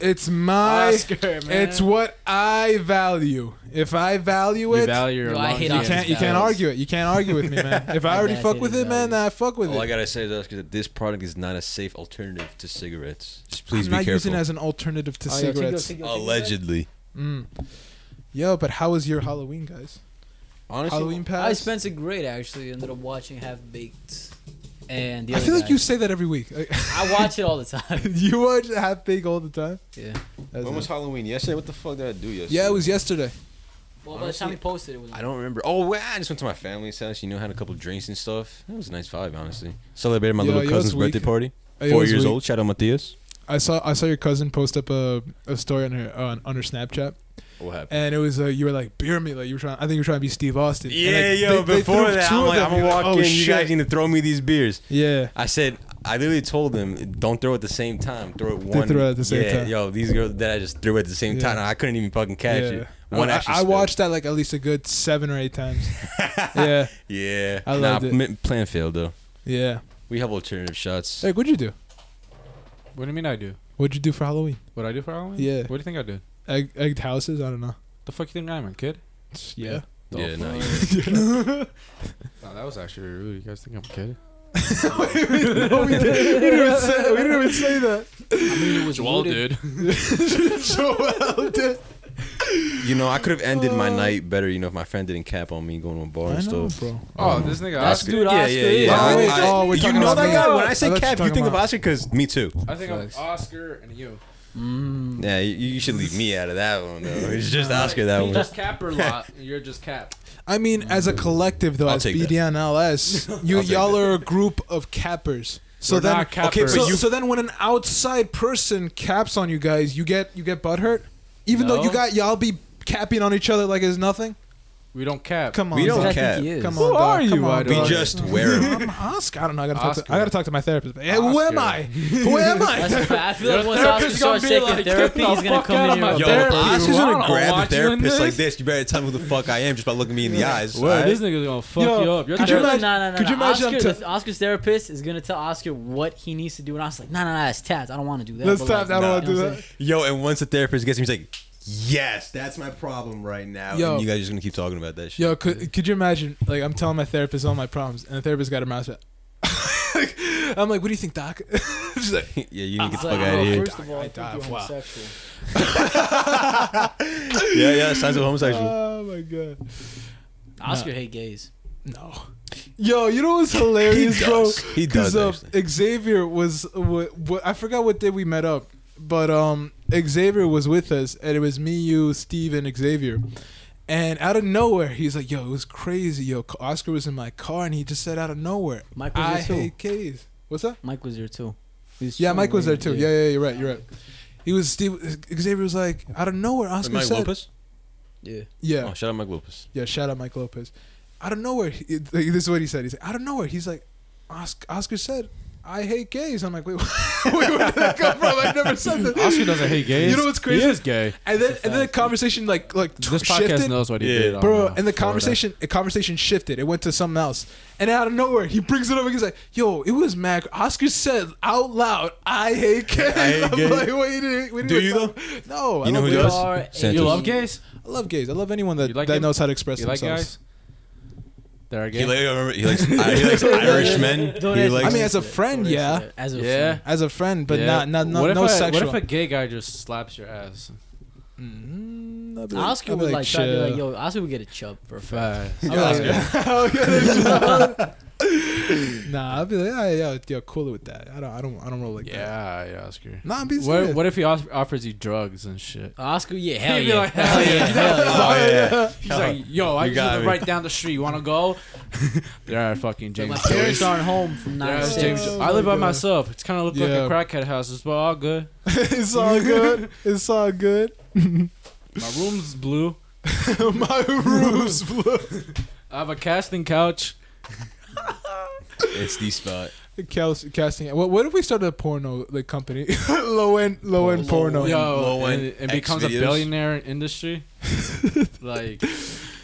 it's my. Oscar, man. It's what I value. If I value You it, value your Yo, I lungs. hate you Oscar's can't. You can't values. argue it. You can't argue with me, man. If I already Yeah, I fuck hate with his it, man, values. then I fuck with All I it. gotta say is Oscar, that this product is not a safe alternative to cigarettes. Just please I'm be not careful. using it as an alternative to cigarettes. Allegedly, Mm. Yo, but how was your Halloween, guys? honestly, Halloween I pass. spent a great actually. Ended up watching Half Baked, and the I other feel like guy. you say that every week. Like, I watch it all the time. you watch half big all the time. Yeah. That's when was it. Halloween? Yesterday? What the fuck did I do yesterday? yeah, it was yesterday. Well, by the time Honestly, he posted, it was. I don't remember. Oh, wait, I just went to my family's house. You know, had a couple drinks and stuff. It was a nice vibe, honestly. Celebrated my Yo, little yo, it's cousin's weak. birthday party. Yo, Four it's years weak. old. Shout out Matthias. I saw I saw your cousin post up a, a story on her on, on her Snapchat, What happened? and it was uh, you were like beer me, like you were trying. I think you were trying to be Steve Austin. And, Yeah, like, yo, they- they before threw that, two I'm of like, them. I'm gonna You're walk oh, in, you shit. guys need to throw me these beers. Yeah, I said, I literally told them, don't throw at the same time. Throw it one. throw it at the same yeah, time. Yo, these girls that I just threw at the same Yeah. time, I couldn't even fucking catch yeah. it. One I, actually. I spilled. watched that like at least a good seven or eight times. yeah, Yeah. I nah, loved it. m- plan failed though. yeah. We have alternative shots. Like, what'd you do? What do you mean I do? What'd you do for Halloween? What I do for Halloween? Yeah. What do you think I did? Egg, egged houses? I don't know. The fuck you think I'm a kid? Yeah. Yeah, no. you- No, that was actually rude. You guys think I'm a kid? no, we didn't, we didn't even say, we didn't even say that. I mean, it was loaded. Joel did. You know, I could have ended my night better. You know, if my friend didn't cap on me going to a bar I and know, stuff. bro. Oh, this nigga That's Oscar. good. Yeah, yeah, is. yeah. Oh, I- wait, I- oh, we're you talking know about that me. guy. When I I say thought you cap, were you think of talking Oscar because me too. I think Facts. I'm Oscar and you. Mm. Yeah, you, you should leave me out of that one though. It's just Oscar that He's one. just Cap or lot. and You're just Cap. I mean, Mm, as a collective, though, I'll as take that. BDNLS, you I'll take y'all that. are a group of cappers. So We're then, not okay, cappers. so, But you- so then when an outside person caps on you guys, you get you get butthurt, even though you No. got y'all be capping on each other like it's nothing. We don't Cap. Come on, We don't dog. I cap. think he is. Come Who on, dog. are Come you, on, I don't We dog. know. just wear I'm them. Oscar. I don't know. I gotta talk to, I gotta Oscar. talk to my therapist. Hey, who am I? Who am I? That's a fact. I feel Your like once therapist Oscar gonna starts be taking like, therapy, "Get the he's gonna fuck come out of in my here. Yo, Therapy. if Oscar's I gonna don't grab want the you in therapist like this. this. You better tell me who the fuck I am just by looking me in the eyes. Word, alright? this nigga's gonna fuck Yo, you up. Your could you therapist- imagine- no, no, no, could you no. imagine I'm Oscar, t- the- Oscar's therapist is gonna tell Oscar what he needs to do, and I was like, "No, no, no, that's tabs. I don't want to do that." Let's But, tap. like, I don't nah. want to do You know what that. I'm Yo, and once the therapist gets me, he's like, "Yes, that's my problem right now." Yo. And you guys are just gonna keep talking about that shit. Yo, could, could you imagine? Like, I'm telling my therapist all my problems, and the therapist got her mouth shut. I'm like, what do you think, Doc? She's like, yeah, you need to get It's the fuck like, out oh, of here. First of all, I think dive. you're Wow. homosexual. yeah, yeah, signs of homosexual. oh my god. Oscar hate gays. No. Yo, you know what's hilarious, He bro? does. He does, uh, Xavier was what, what I forgot what day we met up, but um, Xavier was with us, and it was me, you, Steve, and Xavier. And out of nowhere, he's like, "Yo, it was crazy. Yo, Oscar was in my car, and he just said out of nowhere, Mike was I there, too. hate K's." What's that? Mike was there too. He Yeah, so Mike was there weird, too. Yeah, yeah, you're right. You're right. He was Steve. Xavier was like, out of nowhere, Oscar Mike said, Lopez? Yeah. "Yeah, Oh, shout out Mike Lopez. yeah." Shout out Mike Lopez. Out of nowhere, he, like, this is what he said. He's like, out of nowhere, he's like, Oscar, Oscar said, "I hate gays." I'm like, wait, wait where did that come from? I never said that. Oscar doesn't hate gays. You know what's crazy? He is gay. and then It's a and then the fact. conversation like like tw- This podcast shifted. knows what he Yeah. did, on, Bro, uh, and the Florida. conversation the conversation shifted. It went to something else. And out of nowhere, he brings it up and he's like, "Yo, it was Mac." Oscar said out loud, "I hate gays." I hate I'm gays. like, wait, wait, wait, Do wait, you stop. No, I You know love who gays. does? are a- Santos. You love gays? I love gays. I love anyone You that like that him? knows how to express You like themselves. guys? They're He, gay. like, I remember, he likes, he likes Irishmen. Don't He ask likes, I mean, me. as a friend, Don't ask yeah. me. As a Yeah. friend. As a friend, but Yeah. not not no, what if no a, sexual. What if a gay guy just slaps your ass? Mm, I'd be like- Oscar I'd be would like try to be "Chill." like, yo, Oscar would get a chub for a fact. Facts. I'm like, Yeah. nah, I'd be like, yeah, yeah, yeah, cool with that. I don't, I don't, I don't roll like that. Yeah, yeah, Oscar. Nah, I'm being What, serious. what if he off- offers you drugs and shit? Oscar, yeah, hell He'd be yeah. like, hell hell yeah. yeah. Hell yeah. Oh, yeah. He's like, yo, I You just got live me. right down the street. You want to go? They're at fucking Like, James. my Joyce. parents aren't home from They're nine to at Yeah, James. six. Oh I live my by God. myself. It's kind of look Yeah. like a crackhead house. It's all good. it's all good. It's all good. My room's blue. My room's blue. I have a casting couch. it's the spot. Cal- casting. What, what if we started a porno like company? low end, low Oh, end porno. yeah. Yo, low and, end X and becomes videos. a billionaire industry. like,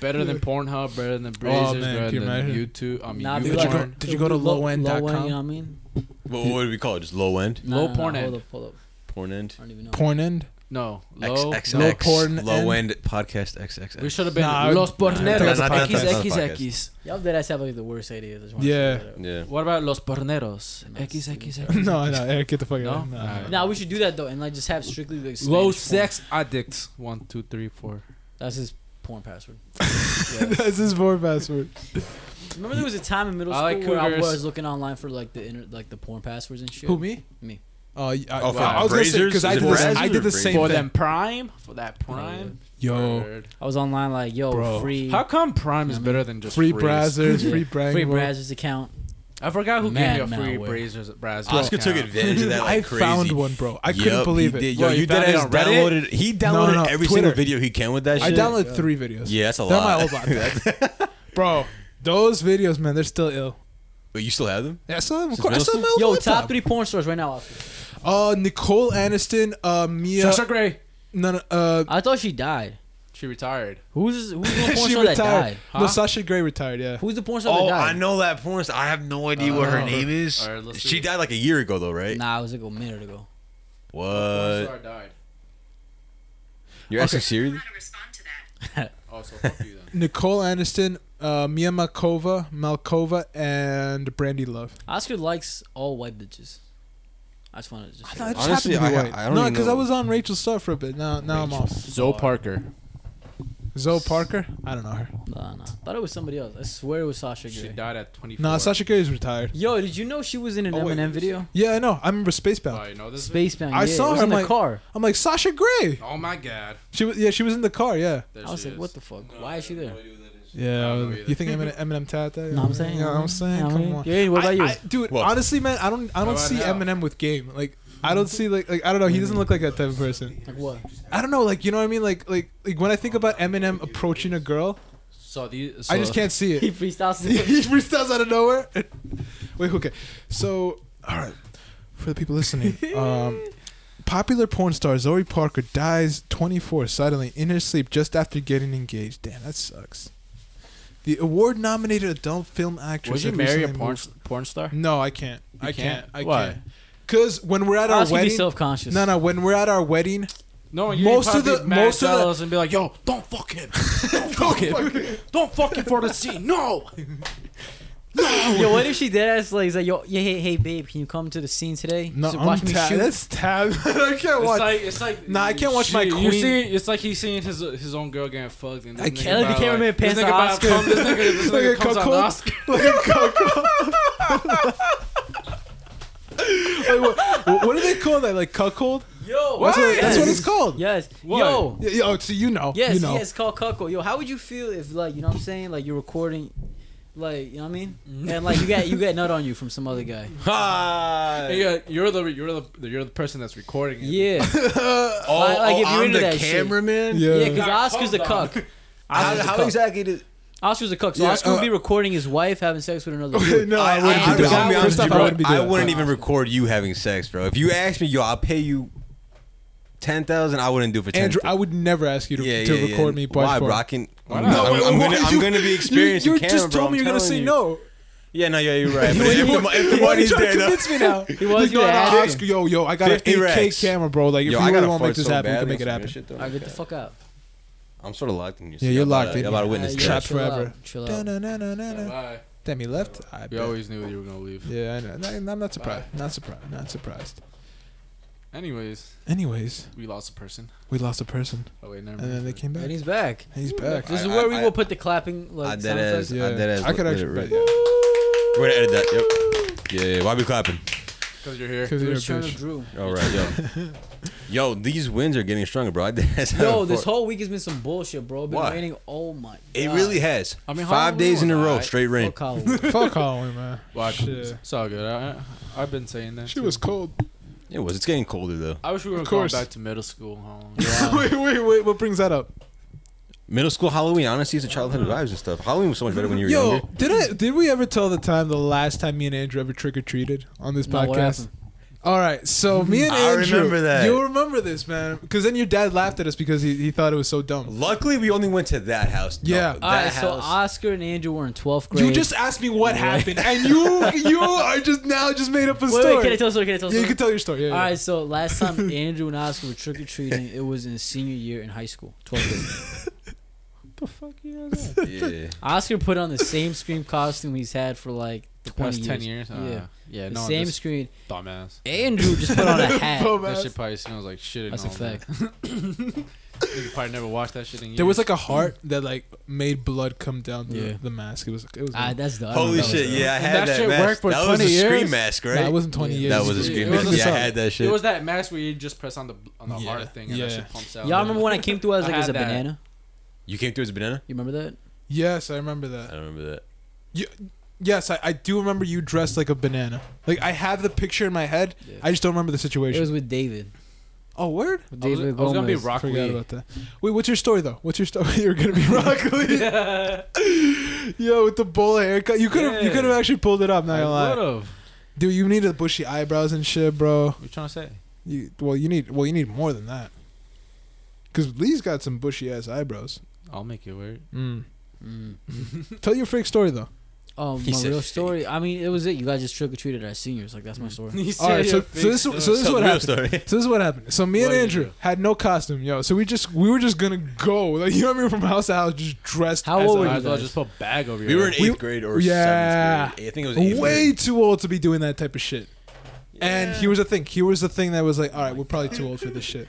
better than Pornhub, better than Breezers, Oh, man, better can you than imagine? YouTube. I mean, Nah, Did be you like, go- YouPorn. did you go to low- low-end.com? low-end, You know what I mean? What, what do we call it? Just low end? Nah, Low nah, porn nah, ad. Hold up, hold up. Porn end? I don't even know. Porn end. No, X, low. X, low X, porn low end podcast XXX. We should have been Nah, Los that's Porneros. not- that's not- that's not a podcast. XXX. Y'all dead ass have like the worst ideas. I just wanna Yeah. say that. Yeah. What about Los Porneros? XXX. no, no, Eric, get the fuck out. No, No? Alright. Nah, we should do that though, and like just have strictly like Spanish Low porn. sex addicts. One, two, three, four. That's his porn password. that's his porn password. Remember, there was a time in middle I school like where I cougars. was looking online for like the inter- like the porn passwords and shit. Who me? Me. Oh, yeah, I, Oh, for I was gonna say Brazers? because I Is it did this. I Brazers did or the same for thing. them prime, for that prime. Yo, Word. I was online like, yo, free How come prime is Yeah, better than just free Breeze? Brazzers, Yeah. free Brang. free Brazzers account. I forgot who Man, gave you a man, free word. Brazzers. Brazzers Oscar took account. advantage of that like I crazy. found one, bro. I couldn't Yup, believe he it. Did. Yo, What, you you found did it as on Reddit? downloaded. He downloaded no, every Twitter. single video he can with that I shit. downloaded three videos. yeah, that's a They're my lot. old laptop. bro. Those videos, man, they're still ill. But you still have them? Yeah, I still have, of Since course, I middle still have my old Yo, laptop. top three porn stars right now. Oscar. Uh, Nicole Aniston, uh, Mia. Sasha Grey. No, no, uh, I thought she died. She retired. Who's who's the porn she star that retired. died? No, Huh? Sasha Grey retired. Yeah. Who's the porn star Oh, that died? I know that porn star. I have no idea what her Uh, name is. alright, let's she see. died like a year ago, though, right? Nah, it was like a minute ago. What? Uh, Porn star died. You're asking seriously? how to respond to that. Oh, so fuck you then. Nicole Aniston, uh, Mia Malkova, Malkova, and Brandy Love. Oscar likes all white bitches. I just wanted to just. say that. just Honestly, happened to be I- white. I don't no, even because know. I was on Rachel's stuff for a bit. Now, now I'm off. Zoe Parker. Zoe Parker. I don't know her. Nah, nah. Thought it was somebody else. I swear it was Sasha She Grey. died at 24. Nah, Sasha Grey's retired. Yo, did you know she was in an Oh, wait, Eminem who's- video? Yeah, I know. I remember Spacebound. Oh, you know this? Spacebound. I yeah, saw it was her, in the I'm like- car. I'm like Sasha Grey. Oh my god. She was yeah, she was in the car. Yeah. There I was she like, is. what the fuck? Why is she there? Yeah. I don't know either. you think Eminem, Eminem tapped that? No, I'm saying. You know what I'm saying. Come on. Yeah, what about I- you? I- dude? What? Honestly, man, I don't I How don't about see now? Eminem with game. Like I don't see like like I don't know. He doesn't look like that type of person. like what? I don't know. Like you know what I mean? Like like like when I think about Eminem approaching a girl, So these. I just can't see it. He freestyles. he freestyles out of nowhere. Wait, okay. So, all right, for the people listening, um, popular porn star Zoe Parker dies 24 suddenly in her sleep just after getting engaged. Damn, that sucks. The award-nominated adult film actress. Would you had marry a recently porn moved- porn star? No, I can't. I can't? can't. I Why? can't. Because when we're at our Oscar be wedding, self conscious. no, no. When we're at our wedding, No, you'd Most of probably the- be mad most of the- jealous and be like, yo, don't fuck him, don't fuck him, don't fuck him for the scene. No. Yo, what if she did ass like, he's like, yo, yeah, hey, hey, babe, can you come to the scene today? no, So I'm tab- That's tab. I can't It's watch. like it's like. Nah, I can't watch my You queen- see, it's like he's seeing his his own girl getting fucked. And this I nigga can't- Like the about cameraman this pants nigga to about Oscar. come- This nigga, this Like a nigga comes out to cuckold. Oscar. like a cocoa. like, what, what do they call that? Like cuckold? Yo, That's What's what- That's what Yes. it's called. Yes. Why? Yo. Yeah, yeah, oh, so you know. Yes, you know. yes, it's called cuckold. Yo, how would you feel if like you know what I'm saying? Like you're recording like you know what I mean? Mm-hmm. And like you got you got nut on you from some other guy. Ah. Yeah, you're the you're the you're the person that's recording it. Yeah. Oh, Like- like oh, if you're I'm into the that shit. cameraman. Yeah. Yeah, because Got Oscar's a cucked cuck. How, Oscar's a how cuck. exactly did? Oscar's a cuck. So Yeah, Oscar would uh, be recording his wife having sex with another dude. no, I, I- wouldn't I- be doing I'm gonna that. be honest First with off, you, I wouldn't bro. be doing I that. wouldn't even record you having sex, bro. If you asked me, yo, I'll pay you ten thousand. I wouldn't do it for ten. Andrew, I would never ask you to, yeah, to yeah, record yeah. me. by Why, phone. bro? I can. Why no, not? I'm, Wait, I'm why gonna, did I'm you- gonna be experiencing You, you camera, just bro. told me I'm you're gonna telling say you. no. Yeah, no, yeah, you're right. You but if, were- the, if you the were money's trying there, to though. convince me now. He was, no, you had I'll to. ask, yo, yo, I got an 50 8K racks. camera, bro. Like, if Yo, you I really gotta want to make fart this so happen, we bad can on make it some happen. weird shit, though. I get the fuck out. I'm sort of locked in here. Yeah, you're locked in. I'm about to Uh, witness yeah, this. Trapped chill out, forever. Chill out. Da-na-na-na-na. Bye. Damn, he left. I We bet. always knew you were gonna leave. Yeah, I know. No, I'm not surprised. Not surprised. Not surprised. Anyways, Anyways, we lost a person. we lost a person, Oh wait, never and then mind. they came back. And And he's back. he's back. This is I- where I- we I- will put the clapping I like dead sound ass. effects. I dead ass. I could looked at actually- it right- yeah. We're gonna edit that. Yep. Yeah, yeah. Why we clapping? Because you're here. Because The you're a Return of bitch. Drew. All right, yo. Yo, these wins are getting stronger, bro. I did Yo, this whole week has been some bullshit, bro. Been Why? raining. Oh my. It God. really has. I I mean, mean, how five long days we in a on? row, Alright. straight rain. Fuck Halloween. Fuck Halloween, man. Well, I- Shit. it's all good. I, I- I've been saying that. She too. was cold. It was. It's getting colder though. I wish we were Of going course. back to middle school. huh? wait, wait, wait. What brings that up? Middle school Halloween, honestly, is a childhood vibes and stuff. Halloween was so much better when you were Yo, younger. did I did we ever tell the time the last time me and Andrew ever trick or treated on this No, what podcast? happened? All right, so me and I Andrew, remember that. you'll remember this, man, because then your dad laughed at us because he, he thought it was so dumb. Luckily, we only went to that house. No, Yeah. that All right, so house. Oscar and Andrew were in 12th grade. You just asked me what happened, and you you are just now just made up a wait, story. wait. Can I tell a story? Can I tell a yeah, story? you can tell your story. Yeah, All yeah. right, so last time Andrew and Oscar were trick or treating, it was in senior year in high school, 12th grade. yeah. Oscar put on the same scream costume he's had for like The 20 past years. ten years. yeah, Uh, yeah. the No, same same this screen. dumbass. Andrew just put on a hat. Bum That ass. shit probably smells like shit. and That's a all that. fact. You probably never watched that shit in years. There was like a heart that like made blood come down the, Yeah. the mask. It was it was. Ah, that's the I don't Holy know. shit! Yeah, I And had that that, shit mask. worked for that was a 20 years? scream mask, Nah, right? it wasn't twenty years. that was a It scream was mask. a Yeah, I song. had that It shit. was that mask where you just press on the on the Yeah. heart thing and Yeah. that shit pumps out. Y'all remember when I came through? I was I like, "Is a had that. banana?" you came through as a banana. You remember that? Yes, I remember I that. don't remember that. Yes, I, I do remember you dressed like a banana. Like I have the picture in my head. Yeah. I just don't remember the It situation. was with David. oh, word. With I was, David I was gonna be Gomez. Rock Forgot Lee. about that. Wait, what's your story though? What's your story? You're gonna be Rock Lee. Yo, with the bowl haircut, you could have you Yeah. could have actually pulled it up. Not gonna I lie, would've. dude. You need the bushy eyebrows and shit, bro. What you trying to say? You well, you need well, you need more than that. Cause Lee's got some bushy ass eyebrows. I'll make it weird. Mm. Mm. Tell your fake story though. Oh, He my said real fake. story. I mean, it was it. You guys just trick or treated at seniors. Like that's my story. All right, so, so this so this is Tell what the real happened. story. So this is what happened. So me and What did you Andrew do? had no costume, yo. So we just we were just gonna go. Like you know what I mean, from house to house, just dressed. How as old a- were I you thought guys? just put bag over your. We were in eighth We- grade or Yeah. seventh grade. I think it was eighth way grade. too old to be doing that type of shit. And here was the thing. Here was the thing that was like, all right, we're probably too old for this shit.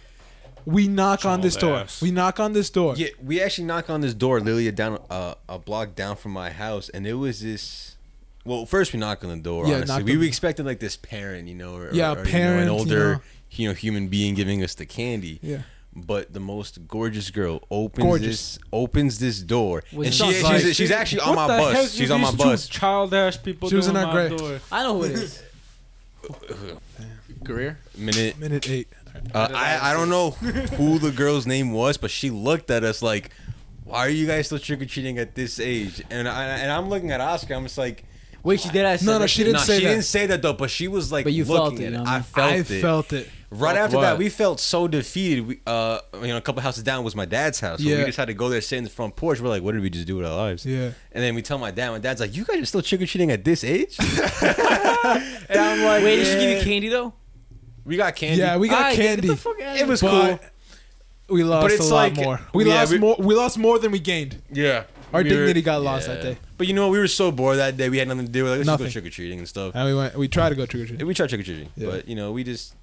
We knock on this door. Dumbass. We knock on this door. Yeah, we actually knocked on this door literally down uh, a block down from my house, and it was this. Well, first we knocked on the door. Yeah, knocked honestly, we on- were expecting like this parent, you know, or, Yeah, or, parent, you you know, an older, know. you know, human being giving us the candy. Yeah. But the most gorgeous girl opens Gorgeous. this opens this door, and Was it she, just like- she's, she's actually on my What the heck bus. you She's on my these two bus. Child ass people. She was doing in our my grade. door? I know who it is. Career. Minute. Minute eight. Uh, I I don't know who the girl's name was, but she looked at us like, "Why are you guys still trick or treating at this age?" And I and I'm looking at Oscar. I'm just like. Wait, she did. I said No, no, that she shit. didn't Nah, say she that. didn't say that though, but she was like But you looking felt it, at you know it. what I I mean? felt I it. felt it. right Felt after what? that, we felt so defeated. We, uh, you know, a couple houses down was my dad's house. So Yeah. we just had to go there, sit in the front porch. We're like, what did we just do with our lives? Yeah. And then we tell my dad. My dad's like, you guys are still trick or treating at this age? and I'm like, Wait, did she give "Yeah." you candy though? We got candy. Yeah, we got Alright, get candy. the fuck outta it was cool. But we lost it's a lot like- more. We yeah, lost we- more. We lost more than we gained. Yeah. Our We were- dignity got lost that Yeah. day, But you know what? We were so bored that day. We had nothing to do. We're Like, let's just Nothing. go trick or treating and stuff. and we went. We tried to go trick or treating. we tried trick or treating, Yeah. but you know, we just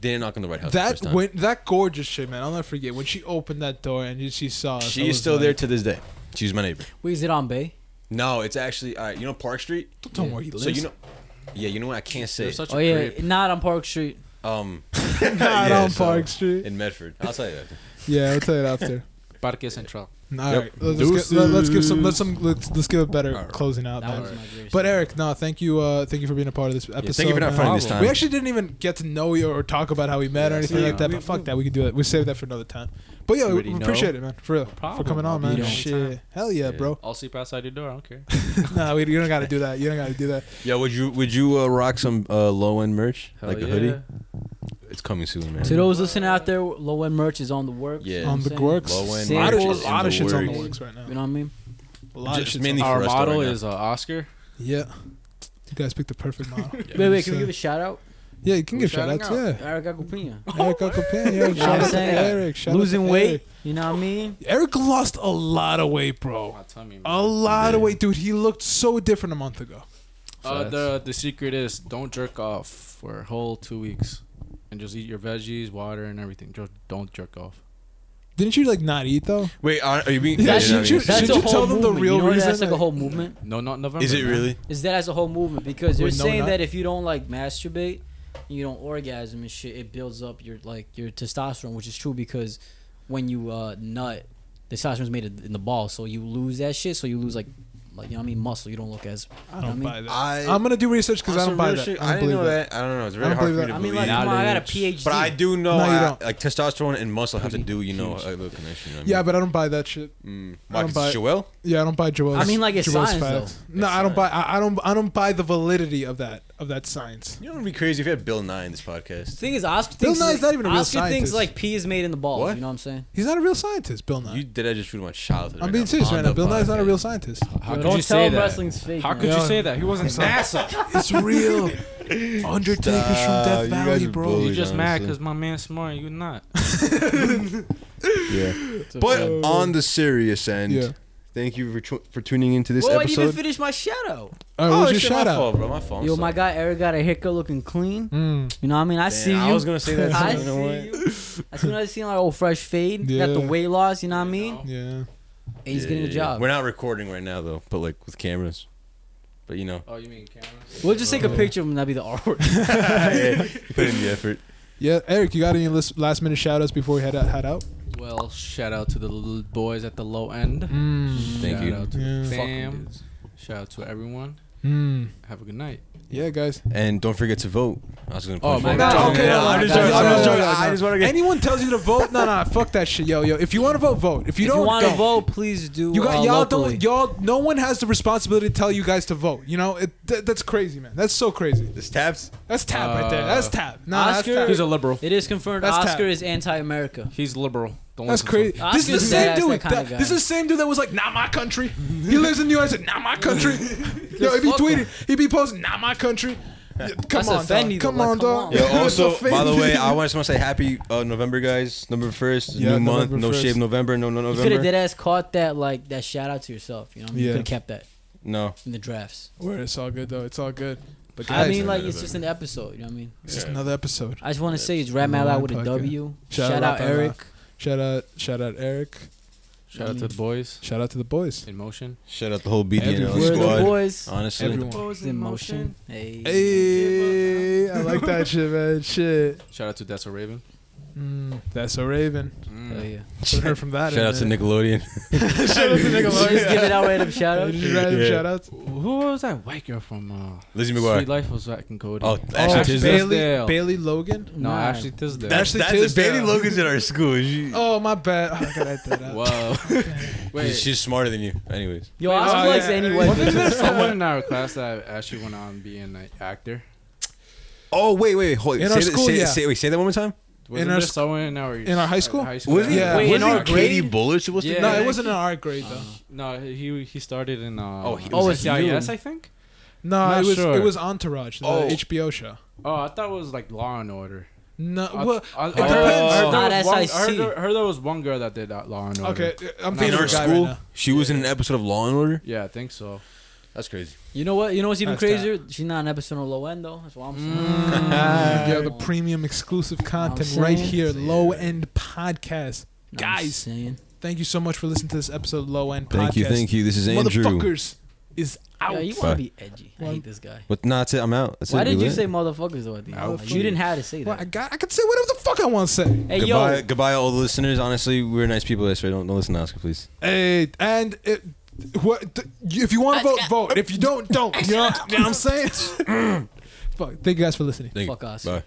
didn't knock on the right house. the That first time. when that gorgeous shit, man. I'll never forget when she opened that door and she saw us. I She is was still like, there to this day. She's my neighbor. Wait, is it on Bay? No, it's actually all right. You know Park Street. Don't tell him where he lives. So you know, yeah, you know what I can't say. You're such a Oh yeah, creep. not on Park Street. um, Not Yeah, on so- Park Street. in Medford. I'll tell you that. Yeah, I'll tell you that after. Parque Central. All Yep. right, let's, gi- let- let's give some let's some let's, let's give a better All right. closing out. That man. was my greatest. But Eric, no, thank you, uh, thank you for being a part of this episode. thank you for not man. fighting this time. We actually didn't even get to know you or talk about how we met or Yeah, anything yeah. like that. We- but fuck that, we could do it. We saved that for another time. But yeah, we Already we know. appreciate it, man, for real, for problem. coming on, I'll be man. here Shit, hell yeah, Yeah. bro. I'll sleep outside your door. I don't care. nah, we, you don't got to do that. You don't got to do that. Yo, would you would you uh, rock some uh, low end merch Hell like a yeah. hoodie? It's coming soon, man. To those listening out there, low end merch is on the works. Yeah. you know On what the I'm saying? works. Low end A lot of, merch shit- is a lot in of the shit's on the works. works right now. You know what I mean? A lot Just of shit's mainly- on- for Our us, though, model right now. is uh, Oscar. Yeah, you guys picked the perfect model. Wait, wait, Just, can we uh, give a shout out? Yeah, you can We're give shout outs. shouting Yeah. Eric Agupina. Eric Ocopan, Eric, You know what shout I'm out to saying? Eric. Shout out Losing to weight. Eric. You know what I mean? Eric lost a lot of weight, Oh, bro. My tummy. man. A lot Yeah. of weight, dude. He looked so different a month ago. Uh, the the secret is don't jerk off for a whole two weeks, and just eat your veggies, water, and everything. Just don't jerk off. Didn't you like not eat though? Wait, are, are you being? Yeah, you're should not you- being should That's serious. a you whole tell them the movement. real you know what, That's reason? like a whole movement. No, not November. Is it man. really? Is that as a whole movement because they're Wait, no, saying not- that if you don't like masturbate, you don't orgasm and shit, it builds up your like your testosterone, which is true because when you uh, nut, the testosterone's made in the ball, so you lose that shit. So you lose like, like you know what I mean, muscle. You don't look as I don't you know what buy that. I I'm gonna do research because I on don't some buy real that. shit, I I don't didn't believe know that. that. I don't know. It's I very don't hard for believe me to that. I mean, I believe. mean like come on, I got a Knowledge. PhD. but I do know No, you I- don't. like testosterone and muscle have to Huge, do you know huge. a little connection. You know what I Yeah, mean? but I don't buy that shit. Mm. I Why, don't 'cause buy it's it. Joel. Yeah, I don't buy Joel's. I mean, like, it's Joel's science, facts. though. No, It's I don't buy. I, I don't. I don't buy the validity of that of that science. You know what'd be crazy if you had Bill Nye in this podcast? The thing is, Oscar Bill thinks Nye's not even a real Oscar thinks scientist. like pee is made in the balls. What? You know what I'm saying? He's not a real scientist, Bill Nye. You did I just ruin my childhood? I'm right being now serious on right now. the Bill Nye's not a real podcast. scientist. How could don't tell you say that? wrestling's fake. How man. could Yeah. you say that? He wasn't NASA. It's real. Undertaker's from Stop, Death you guys Valley, are bro. bullies. You just mad honestly. because my man's smart. You not. Yeah. But on the serious end, Yeah. thank you for tu- for tuning into this Well, I didn't even episode. finish my shadow. All right, what's your Oh, shit, shout my out? fault, bro. My fault. I'm Yo, my sorry. guy Eric got a haircut looking clean. Mm. You know what I mean? I Damn, see you. I was gonna say that. I too, you know what? see you. As soon as I see like old fresh fade, got Yeah. the weight loss, you know what I mean? know. Yeah. And he's Yeah, getting a yeah, yeah. job. We're not recording right now though, but like with cameras. But you know, Oh, you mean cameras? We'll just take a Oh. picture of him. That'd be the artwork. Yeah, you put in the effort. Yeah, Eric, you got any last last minute shout outs before we head out? Head out? Well, shout out to the little boys at the low end. Mm, Thank Mm. shout you. Out to Yeah. the Fucking fam. Shout out to everyone. Mm. Have a good night. Yeah, guys. And don't forget to vote. I was gonna. Oh, push my vote. God. Okay, Yeah, no, I'm just no, joking. I'm no, just no, joking. no, I no. just want to get. Anyone tells you to vote? No, no, fuck that shit, yo, yo. If you want to vote, vote. If you if don't, you want to don't. vote, please do. You got uh, y'all locally. don't y'all. No one has the responsibility to tell you guys to vote. You know, it, th- that's crazy, man. That's so crazy. This taps. That's tap right there. That's tap. No, Uh, Oscar- that's He's tap. a liberal. It is confirmed That's Oscar tap. is anti-America. He's liberal. Don't That's listen to crazy. him. This is the Oscar's same dead-ass dude. that kinda that- guy. this is the same dude that was like, "Not my country." He lives in the U.S. and not my country. Yo, if he fuck tweeted, he'd be posting, "Not my country." Yeah, Come That's on, offending, dog. though. Come Like, on, come dog. on. Yo, also, That's by the way, offending. I want to say happy uh, November, guys. November first, Yeah, new month, November no 1st. shave November, no no You could have November. dead ass caught that like that shout out to yourself. You know, what I mean? you Yeah. could have kept that No, in the drafts. Word, it's all good though. It's all good. But I guys, uh, mean, like no, it's no, just an episode. You know what I mean? it's just another episode. I just want to say it's Rap Mad Long Loud with a podcast. W. Shout out Shout, Rap out Mad Eric. Shout out, shout out, Eric. Shout out to the boys Shout out to the boys. in motion. shout out the whole BDNL Everywhere. We're the squad. boys. Honestly, Everyone. Boys in motion. Hey. Hey, I like that shit, man. Shit. Shout out to That's a Raven. Mm, that's a Raven. Mm. Oh yeah. Haven't heard from that. shout out to Nickelodeon. Just giving out random shout outs. Yeah. Shout outs. Who was that white girl from uh, Lizzie Sweet McGuire. Life was Zach and Cody? Oh, Oh, Ashley Tisdale. Bailey- Bailey, Bailey Logan. no, Nah. Ashley Tisdale. Ashley That's it. Tisdale. Bailey Logan's at our school. She, Oh, my bad. Oh, I gotta add that up. Whoa. Wait, she's, she's smarter than you. Anyways, Yo, Wait, Oscar oh, likes yeah. any Well, white this wasn't bitches. there someone in our class that actually went on being an actor? Oh wait, wait, hold. In say our that- school, say, yeah. say, wait, say that one more time. Wasn't our there sc- someone in our in our high school? High school Was it? Yeah. yeah. Wait, was in our it Katie grade? Bullard? She was. Yeah. Uh, No, it wasn't in our grade though. No, he he started in. Uh, Oh, he- oh, it was CIS, you. I think. no, Not it was sure. it was Entourage, the Oh. HBO show. Oh, I thought it was like Law and Order. No, I- well, I, I, depends. heard- Not I heard there was one- I SIC. heard there- heard there was one girl that did that Law and Order. okay, I'm In thinking in of our a guy school. Right now. she was in an episode of Law and Order. Yeah, I think so. That's crazy. You know what? You know what's even That's that. crazier? She's not an episode of Low End though. That's what I'm saying. Mm. yeah, the premium exclusive content I'm right saying. here, low end podcast. I'm guys. saying. Thank you so much for listening to this episode, of low end podcast. Thank you, thank you. This is Andrew. Motherfuckers, is Yeah, out. you want to be edgy. I hate this guy. But nah, that's it. I'm out. That's Why it. We did you lit. say motherfuckers though at the end? Like, Motherfuckers. you didn't have to say Well, I that. got I could say whatever the fuck I want to say. Hey goodbye? yo, Goodbye, all the listeners. Honestly, we were nice people yesterday. Don't, don't listen to Oscar, please. Hey, and it, what th- if you want to vote, vote. If you don't, don't. You know, you know what I'm saying? fuck. Thank you guys for listening. Thank you. Fuck us. Bye.